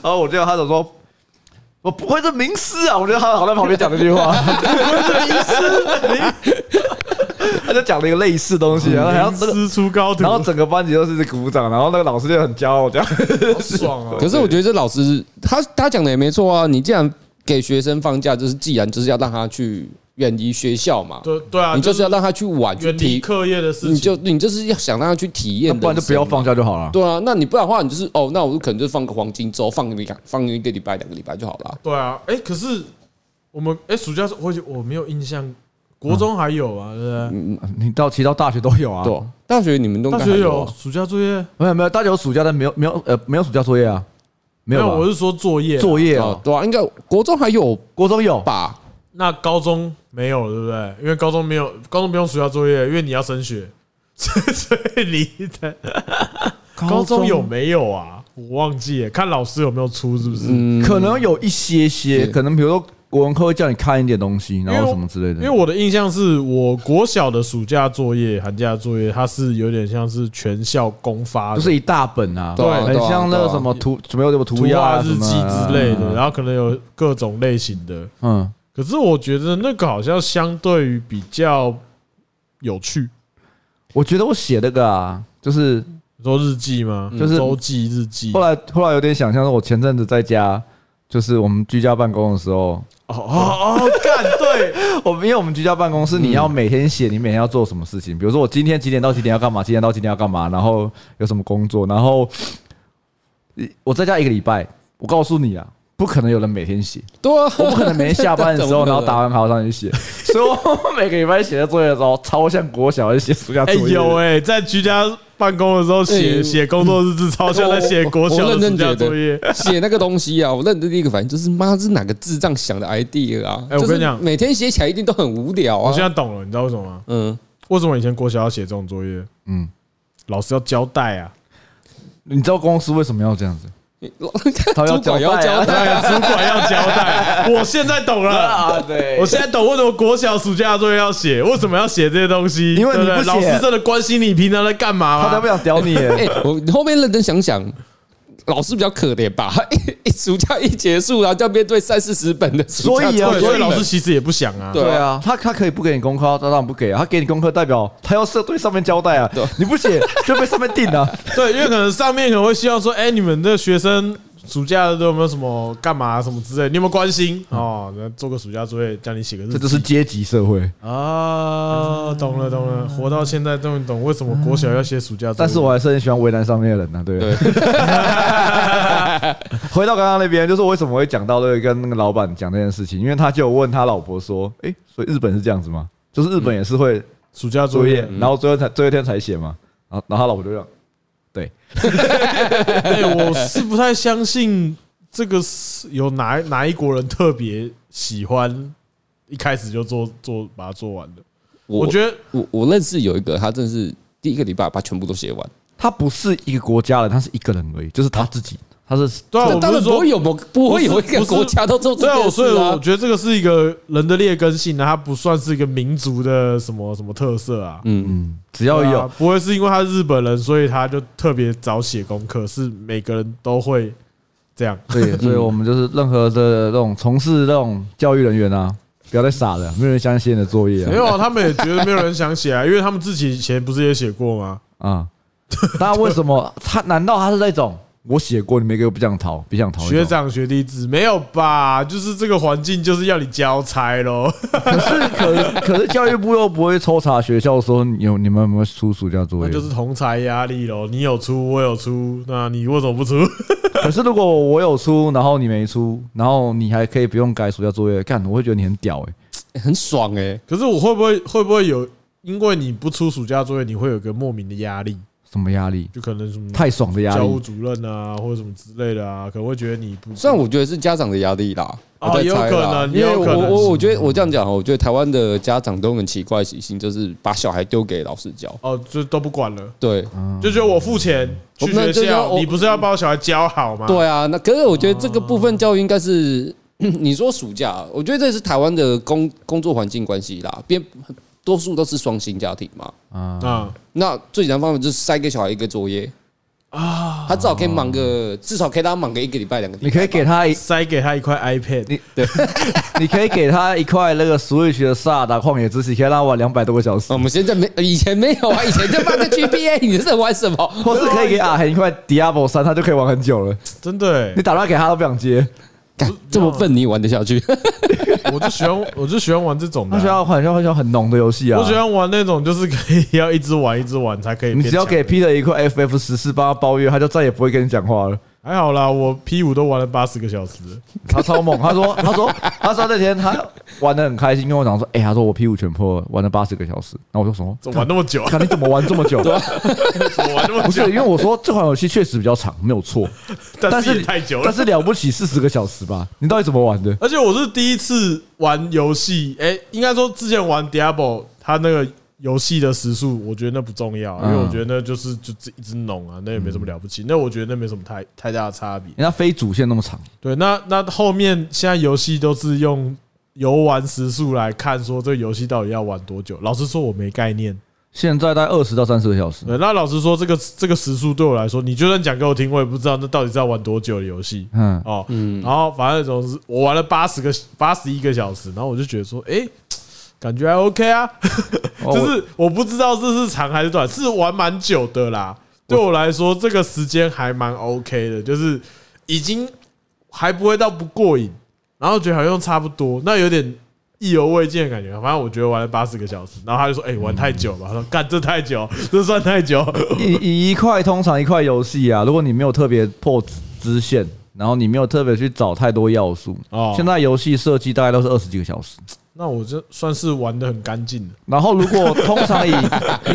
Speaker 1: 然后我记得他就说。我不会是名师啊！我觉得他好像在旁边讲这句
Speaker 2: *laughs*
Speaker 1: 话，不会是名师，名他就讲了一个类似东西，然后还要那个
Speaker 2: 嗯师出高徒，
Speaker 1: 然后整个班级都是鼓掌，然后那个老师就很骄傲，这样
Speaker 2: 好爽啊！
Speaker 3: 可是我觉得这老师他他讲的也没错啊，你既然给学生放假，就是既然就是要让他去远离学校嘛，
Speaker 2: 对对啊，
Speaker 3: 你就是要让他去玩去
Speaker 2: 远离
Speaker 3: 体，
Speaker 2: 课业的事情，
Speaker 3: 你就你就是要想让他去体验
Speaker 1: 那
Speaker 3: 人生嘛，
Speaker 1: 不然就不要放假就好了。
Speaker 3: 对啊，那你不然的话，你就是哦，那我可能就放个黄金周，放个两放一个礼拜、两个礼拜就好了。
Speaker 2: 对啊，哎，可是我们哎，暑假时候我已经我没有印象，国中还有啊，对不对？
Speaker 3: 嗯，
Speaker 1: 你到其实到大学都有啊，
Speaker 3: 对啊、大学你们都应该
Speaker 2: 大学
Speaker 3: 还
Speaker 2: 有哦
Speaker 3: 啊
Speaker 2: 暑假作业，
Speaker 1: 没有没有，大学有暑假，但没有没有呃没有暑假作业啊，没有吧
Speaker 2: 我是说作业啊，
Speaker 1: 作业
Speaker 3: 哦
Speaker 1: 啊，
Speaker 3: 对啊，应该国中还有
Speaker 1: 国中有，
Speaker 3: 吧？
Speaker 2: 那高中没有，对不对？因为高中没有，高中不用暑假作业，因为你要升学， *laughs* 所以所以你的高中有没有啊？我忘记了，看老师有没有出，是不是？
Speaker 3: 嗯，
Speaker 1: 可能有一些些，
Speaker 3: 是
Speaker 1: 可能比如说国文课会叫你看一点东西，然后什么之类
Speaker 2: 因
Speaker 1: 的。
Speaker 2: 为我的印象是我国小的暑假作业、寒假作业，它是有点像是全校公发的，
Speaker 1: 就是一大本啊，
Speaker 3: 对啊
Speaker 1: 很
Speaker 3: 对啊
Speaker 1: 像那
Speaker 3: 对
Speaker 1: 个
Speaker 3: 啊
Speaker 1: 什么涂，什么有什么
Speaker 2: 图
Speaker 1: 涂鸦
Speaker 2: 画
Speaker 1: 啊
Speaker 2: 日记之类的，，然后可能有各种类型的。
Speaker 1: 什么嗯，
Speaker 2: 可是我觉得那个好像相对于比较有趣，
Speaker 1: 我觉得我写那个啊，就是
Speaker 2: 你说日记吗？
Speaker 1: 就是
Speaker 2: 周记、日记。
Speaker 1: 后
Speaker 2: 哦
Speaker 1: 来后来有点想象，是我前阵子在家，就是我们居家办公的时候，
Speaker 2: 哦哦，干对，
Speaker 1: *laughs* 我们因为我们居家办公室，你要每天写你每天要做什么事情，比如说我今天几点到几点要干嘛，几点到几点要干嘛，然后有什么工作，然后一我在家一个礼拜，我告诉你啊，不可能有人每天写，
Speaker 3: 对啊，
Speaker 1: 我不可能每天下班的 *laughs* 时候，然
Speaker 3: 怎么可能
Speaker 1: 后打完卡上去写，所以 *laughs* 我每个礼拜写的作业的时候，超像国小在写暑假
Speaker 2: 哎、
Speaker 1: 作业。
Speaker 2: 有哎、在居家办公的时候写
Speaker 3: 哎
Speaker 2: 写、工作日志，超像在写国小
Speaker 3: 我
Speaker 2: 的
Speaker 3: 认
Speaker 2: 暑
Speaker 3: 真
Speaker 2: 假
Speaker 3: 觉
Speaker 2: 作业。
Speaker 3: 得 *laughs* 写那个东西啊，我认真第一个反应就是妈，这是哪个智障想的 idea 啊？
Speaker 2: 哎我跟你
Speaker 3: 就是
Speaker 2: 讲
Speaker 3: 每天写起来一定都很无聊
Speaker 2: 我现
Speaker 3: 啊。
Speaker 2: 在懂了，你知道为什么吗？
Speaker 3: 嗯，
Speaker 2: 为什么以前国小要写这种作业？
Speaker 1: 嗯，
Speaker 2: 老师要交代啊， *laughs*
Speaker 1: 你知道公司为什么要这样子？他
Speaker 3: *laughs*
Speaker 1: 要
Speaker 3: 主管要
Speaker 1: 交
Speaker 3: 交代啊，
Speaker 2: 主管要交代。我现在懂了，
Speaker 1: 啊，对
Speaker 2: 我现在懂为什么国小暑假作业要写，为什么要写这些东西？
Speaker 1: 因为你
Speaker 2: 对对
Speaker 1: 不写
Speaker 2: 老师真的关心你平常在干嘛
Speaker 1: 他才不
Speaker 2: 吗？
Speaker 1: 想屌你耶。
Speaker 3: 哎，我你后面认真想想，老师比较可怜吧？ *laughs* 一一暑假一结束，啊然后就要面对三四十本的暑
Speaker 1: 所
Speaker 3: 假
Speaker 1: 以啊
Speaker 2: 对，
Speaker 3: 作业
Speaker 2: 所以老师其实也不想啊。
Speaker 3: 对
Speaker 1: 对啊，他他可以不给你功课，他当然不给啊。他给你功课，代表他要社对上面交代啊
Speaker 3: 对。
Speaker 1: 你不写就被上面定啊了、
Speaker 2: *laughs* 对，因为可能上面可能会希望说，哎、你们的学生暑假都有没有什么干嘛什么之类，你有没有关心哦？那做个暑假作业，叫你写个日
Speaker 1: *laughs* 嗯这
Speaker 2: 记
Speaker 1: 就是阶级社会。
Speaker 2: 啊，懂了懂了，活到现在终于懂为什么国小要写暑假作业。
Speaker 1: 但是我还是很喜欢为难上面的人呢、啊，对不对？ *laughs* 回到刚刚那边，就是为什么会讲到这个跟那个老板讲这件事情，因为他就有问他老婆说：“诶，所以日本是这样子吗？就是日本也是会
Speaker 2: 暑假作
Speaker 1: 作业
Speaker 2: 业，，
Speaker 1: 然后最后才最后一天才写嘛。”然后然后他老婆就讲：“对，
Speaker 2: *laughs* 哎，我是不太相信这个是有哪哪一国人特别喜欢一开始就做做把它做完的。我觉得
Speaker 3: 我我认识有一个，他真的是第一个礼拜把全部都写完。
Speaker 1: 他不是一个国家人，他是一个人而已，就是他自己，他是
Speaker 2: 对啊，
Speaker 3: 那
Speaker 2: 我
Speaker 3: 当
Speaker 2: 不
Speaker 3: 然
Speaker 2: 是
Speaker 3: 不
Speaker 2: 说
Speaker 3: 会有某不会有一
Speaker 2: 不
Speaker 3: 个
Speaker 2: 是
Speaker 3: 国家都做这
Speaker 2: 对啊，
Speaker 3: 件事
Speaker 2: 所以我
Speaker 3: 啊。
Speaker 2: 觉得这个是一个人的劣根性啊，它不算是一个民族的什么什么特色啊。
Speaker 3: 嗯，
Speaker 1: 嗯，只要
Speaker 2: 对
Speaker 1: 有、
Speaker 2: 啊，不会是因为他是日本人，所以他就特别早写功课，是每个人都会这样。
Speaker 1: 对，所以我们就是任何的那种从事那种教育人员啊，不要再傻了，没有人相信你的作业
Speaker 2: 没
Speaker 1: 啊
Speaker 2: 有啊，他们也觉得没有人想写啊，因为他们自己以前不是也写过吗？
Speaker 1: 啊！那为什么他？难道他是那种我写过，你没给我不想逃，不想逃？
Speaker 2: 学，长学弟制没有吧？就是这个环境就是要你交差喽。
Speaker 1: 可是可可是教育部又不会抽查学校说你有你们有没有出暑假作
Speaker 2: 那
Speaker 1: 业？
Speaker 2: 就是同才压力喽，你有出，我有出，那你为什么不出？
Speaker 1: *laughs* 可是如果我有出，然后你没出，然后你还可以不用改暑假作业，干，我会觉得你很屌哎、
Speaker 3: 很爽哎。
Speaker 2: 可是我会不会会不会有，因为你不出暑假作业，你会有个莫名的压力，
Speaker 1: 什么压力？
Speaker 2: 就可能什么
Speaker 1: 太爽的压
Speaker 2: 教务
Speaker 1: 力，
Speaker 2: 主任啊，或者什么之类的啊，可能会觉得你不
Speaker 3: 虽然我觉得是家长的压力啦，我
Speaker 2: 哦
Speaker 3: 在
Speaker 2: 有
Speaker 3: 猜
Speaker 2: 可
Speaker 3: 啦
Speaker 2: 能
Speaker 3: 因为
Speaker 2: 有可
Speaker 3: 我
Speaker 2: 能
Speaker 3: 我我觉得我这样讲哦，我觉得台湾的家长都很奇怪的习性，就是把小孩丢给老师教。
Speaker 2: 哦，就都不管了，
Speaker 3: 对
Speaker 1: 嗯
Speaker 2: 就觉得我付钱去
Speaker 3: 我
Speaker 2: 学
Speaker 3: 们就是要
Speaker 2: 校，
Speaker 3: 我
Speaker 2: 你不是要把我小孩教好吗？，
Speaker 3: 对啊，那可是我觉得这个部分教育应该是 *clears throat* 你说暑假，我觉得这是台湾的工工作环境关系啦，边多数都是双薪家庭嘛。
Speaker 1: 啊，
Speaker 2: 啊，
Speaker 3: 那最简单方法就是塞给小孩一个作业啊，他至少可以忙个，至少可以让他忙个一个礼拜、两个礼
Speaker 1: 你
Speaker 3: 拜吧。
Speaker 1: 可以给他一，
Speaker 2: 塞给他一块 iPad，
Speaker 1: 你你可以给他一块那个 Switch 的《萨达旷野之息》，可以让他玩两百多个小时
Speaker 3: 哦，我，们现在没，以前没有啊，以前就放个 GPA，你 *laughs* 在玩什么？
Speaker 1: 或是可以给阿恒一块 Diablo 三，他就可以玩很久了。
Speaker 2: 真的
Speaker 1: 你 *laughs*
Speaker 2: 欸，
Speaker 1: 打电话给他都不想接，
Speaker 3: 干这么笨，你也玩得下去？
Speaker 2: 我就喜欢，我就喜欢玩这种的
Speaker 1: 他喜
Speaker 2: 啊，
Speaker 1: 欢很喜欢很浓的游戏啊。
Speaker 2: 我喜欢玩那种就是可以要一直玩一直玩才可以。
Speaker 1: 你只要给 Peter 一块 FF 十四帮他包月，他就再也不会跟你讲话了。
Speaker 2: 还好啦，我 P 五都玩了八十个小
Speaker 1: *laughs*
Speaker 2: 时了，
Speaker 1: 他超猛，他说 *laughs* 他说他说那天他玩的很开心，跟我讲说，哎、他说我 P 五全破玩了八十个小时，那我说什么？
Speaker 2: 怎么玩那么久啊？
Speaker 1: 看你怎么玩这么
Speaker 2: *laughs*
Speaker 1: 久？
Speaker 2: 怎么玩那么
Speaker 1: *laughs* 不是
Speaker 2: 久？，
Speaker 1: 因为我说这款游戏确实比较长，没有错，
Speaker 2: 但
Speaker 1: 但
Speaker 2: *laughs* 是
Speaker 1: 是
Speaker 2: 也太久了
Speaker 1: 但。是了不起四十个小时吧？你到底怎么玩的？
Speaker 2: 而且我是第一次玩游戏，哎，应该说之前玩 Diablo，它那个游戏的时速，我觉得那不重要，啊因
Speaker 1: 嗯
Speaker 2: 为我觉得那就是就一直弄啊，那也没什么了不起。那我觉得那没什么太太大的差别。
Speaker 1: 人家非主线那么长，
Speaker 2: 对，那那后面现在游戏都是用游玩时速来看，说这个游戏到底要玩多久。老实说，我没概念。
Speaker 1: 现在大概二十到三十个小时，
Speaker 2: 对，那老实说，这个这个时速对我来说，你就算讲给我听，我也不知道那到底是要玩多久的游戏。
Speaker 1: 嗯，
Speaker 2: 哦，然后反正总是我玩了八十个八十一个小时，然后我就觉得说，诶，感觉还 OK 啊，
Speaker 1: 哦
Speaker 2: 就是我不知道这是长还是短，是玩蛮久的啦。对我来说，这个时间还蛮 OK 的，就是已经还不会到不过瘾，然后觉得好像差不多，那有点意犹未尽的感觉。反正我觉得玩了八十个小时，然后他就说：“哎、玩太久了。”他说：“干，这太久，这算太久。
Speaker 1: 哦以以一块通常一块游戏啊，如果你没有特别破支线，然后你没有特别去找太多要素，
Speaker 2: 哦
Speaker 1: 现在游戏设计大概都是二十几个小时。”
Speaker 2: *laughs* 那我这算是玩的很干净了，
Speaker 1: 然后如果通
Speaker 2: *laughs*
Speaker 1: 常以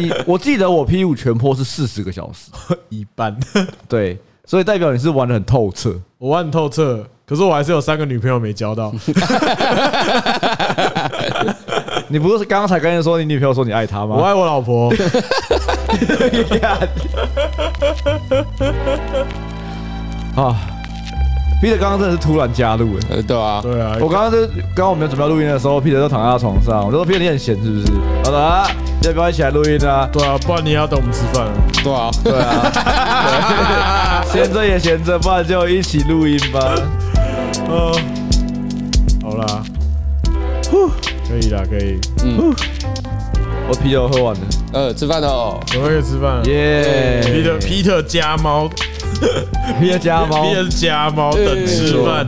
Speaker 1: 以我记得我 P 五全坡是四十个小时，
Speaker 2: 一半。
Speaker 1: 对，所以代表你是玩的很透彻。
Speaker 2: 我玩很透彻，可是我还是有三个女朋友没
Speaker 1: *laughs*
Speaker 2: 交到。
Speaker 1: 你不是刚刚才跟人说你女朋友说你爱她吗？
Speaker 2: 我爱我老婆。
Speaker 1: 啊，Peter 刚刚真的是突然加入哎、
Speaker 3: *laughs* 呃对啊，
Speaker 2: 对啊，
Speaker 1: 我刚刚就刚刚我们准备要录音的时候，Peter 就躺在他床上，我就说 Peter 你很闲是不是？好了、啊，要不要一起来录音
Speaker 2: *laughs*
Speaker 1: 啊？
Speaker 2: 对啊，不然你也要等我们吃饭啊。
Speaker 3: 对啊，
Speaker 1: 对啊，对闲着也闲着，不然就一起录音吧。
Speaker 2: 嗯，好啦，可以啦，可以，
Speaker 1: 我啤酒哦喝完了，
Speaker 3: 呃，吃饭了哦，
Speaker 2: 我们可以吃饭了。
Speaker 1: 耶、
Speaker 2: Peter Peter 家猫
Speaker 1: Peter 加猫，
Speaker 2: ，Peter 家猫等吃饭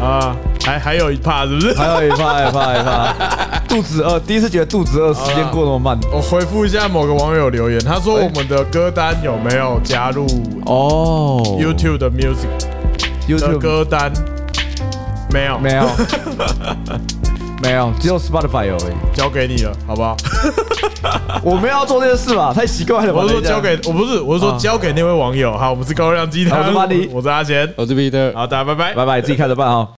Speaker 2: 啊，还还有一趴是不是？
Speaker 1: 还有一趴，一趴，一
Speaker 2: *laughs*
Speaker 1: 趴，肚子饿，第一次觉得肚子饿，时间过那么慢。
Speaker 2: 我回复一下某个网友留言，他说我们的歌单有没有加入
Speaker 1: 哦
Speaker 2: YouTube 的 Music 的
Speaker 1: YouTube
Speaker 2: 歌单？没有， *laughs*
Speaker 1: 没有，没有，只有 Spotify 有而已。
Speaker 2: 交给你了，好不好？
Speaker 1: 我们要做这件事吧，太奇怪了吧？
Speaker 2: 我是说
Speaker 1: 等一下
Speaker 2: 交给，我不是，我是说
Speaker 1: 啊
Speaker 2: 交给那位网友。好，我们是高热量鸡汤，
Speaker 1: 好我是巴黎
Speaker 2: 我是阿贤，
Speaker 3: 我是 Peter，
Speaker 2: 好，大家拜拜。
Speaker 1: 拜拜，自己看着办啊、哦。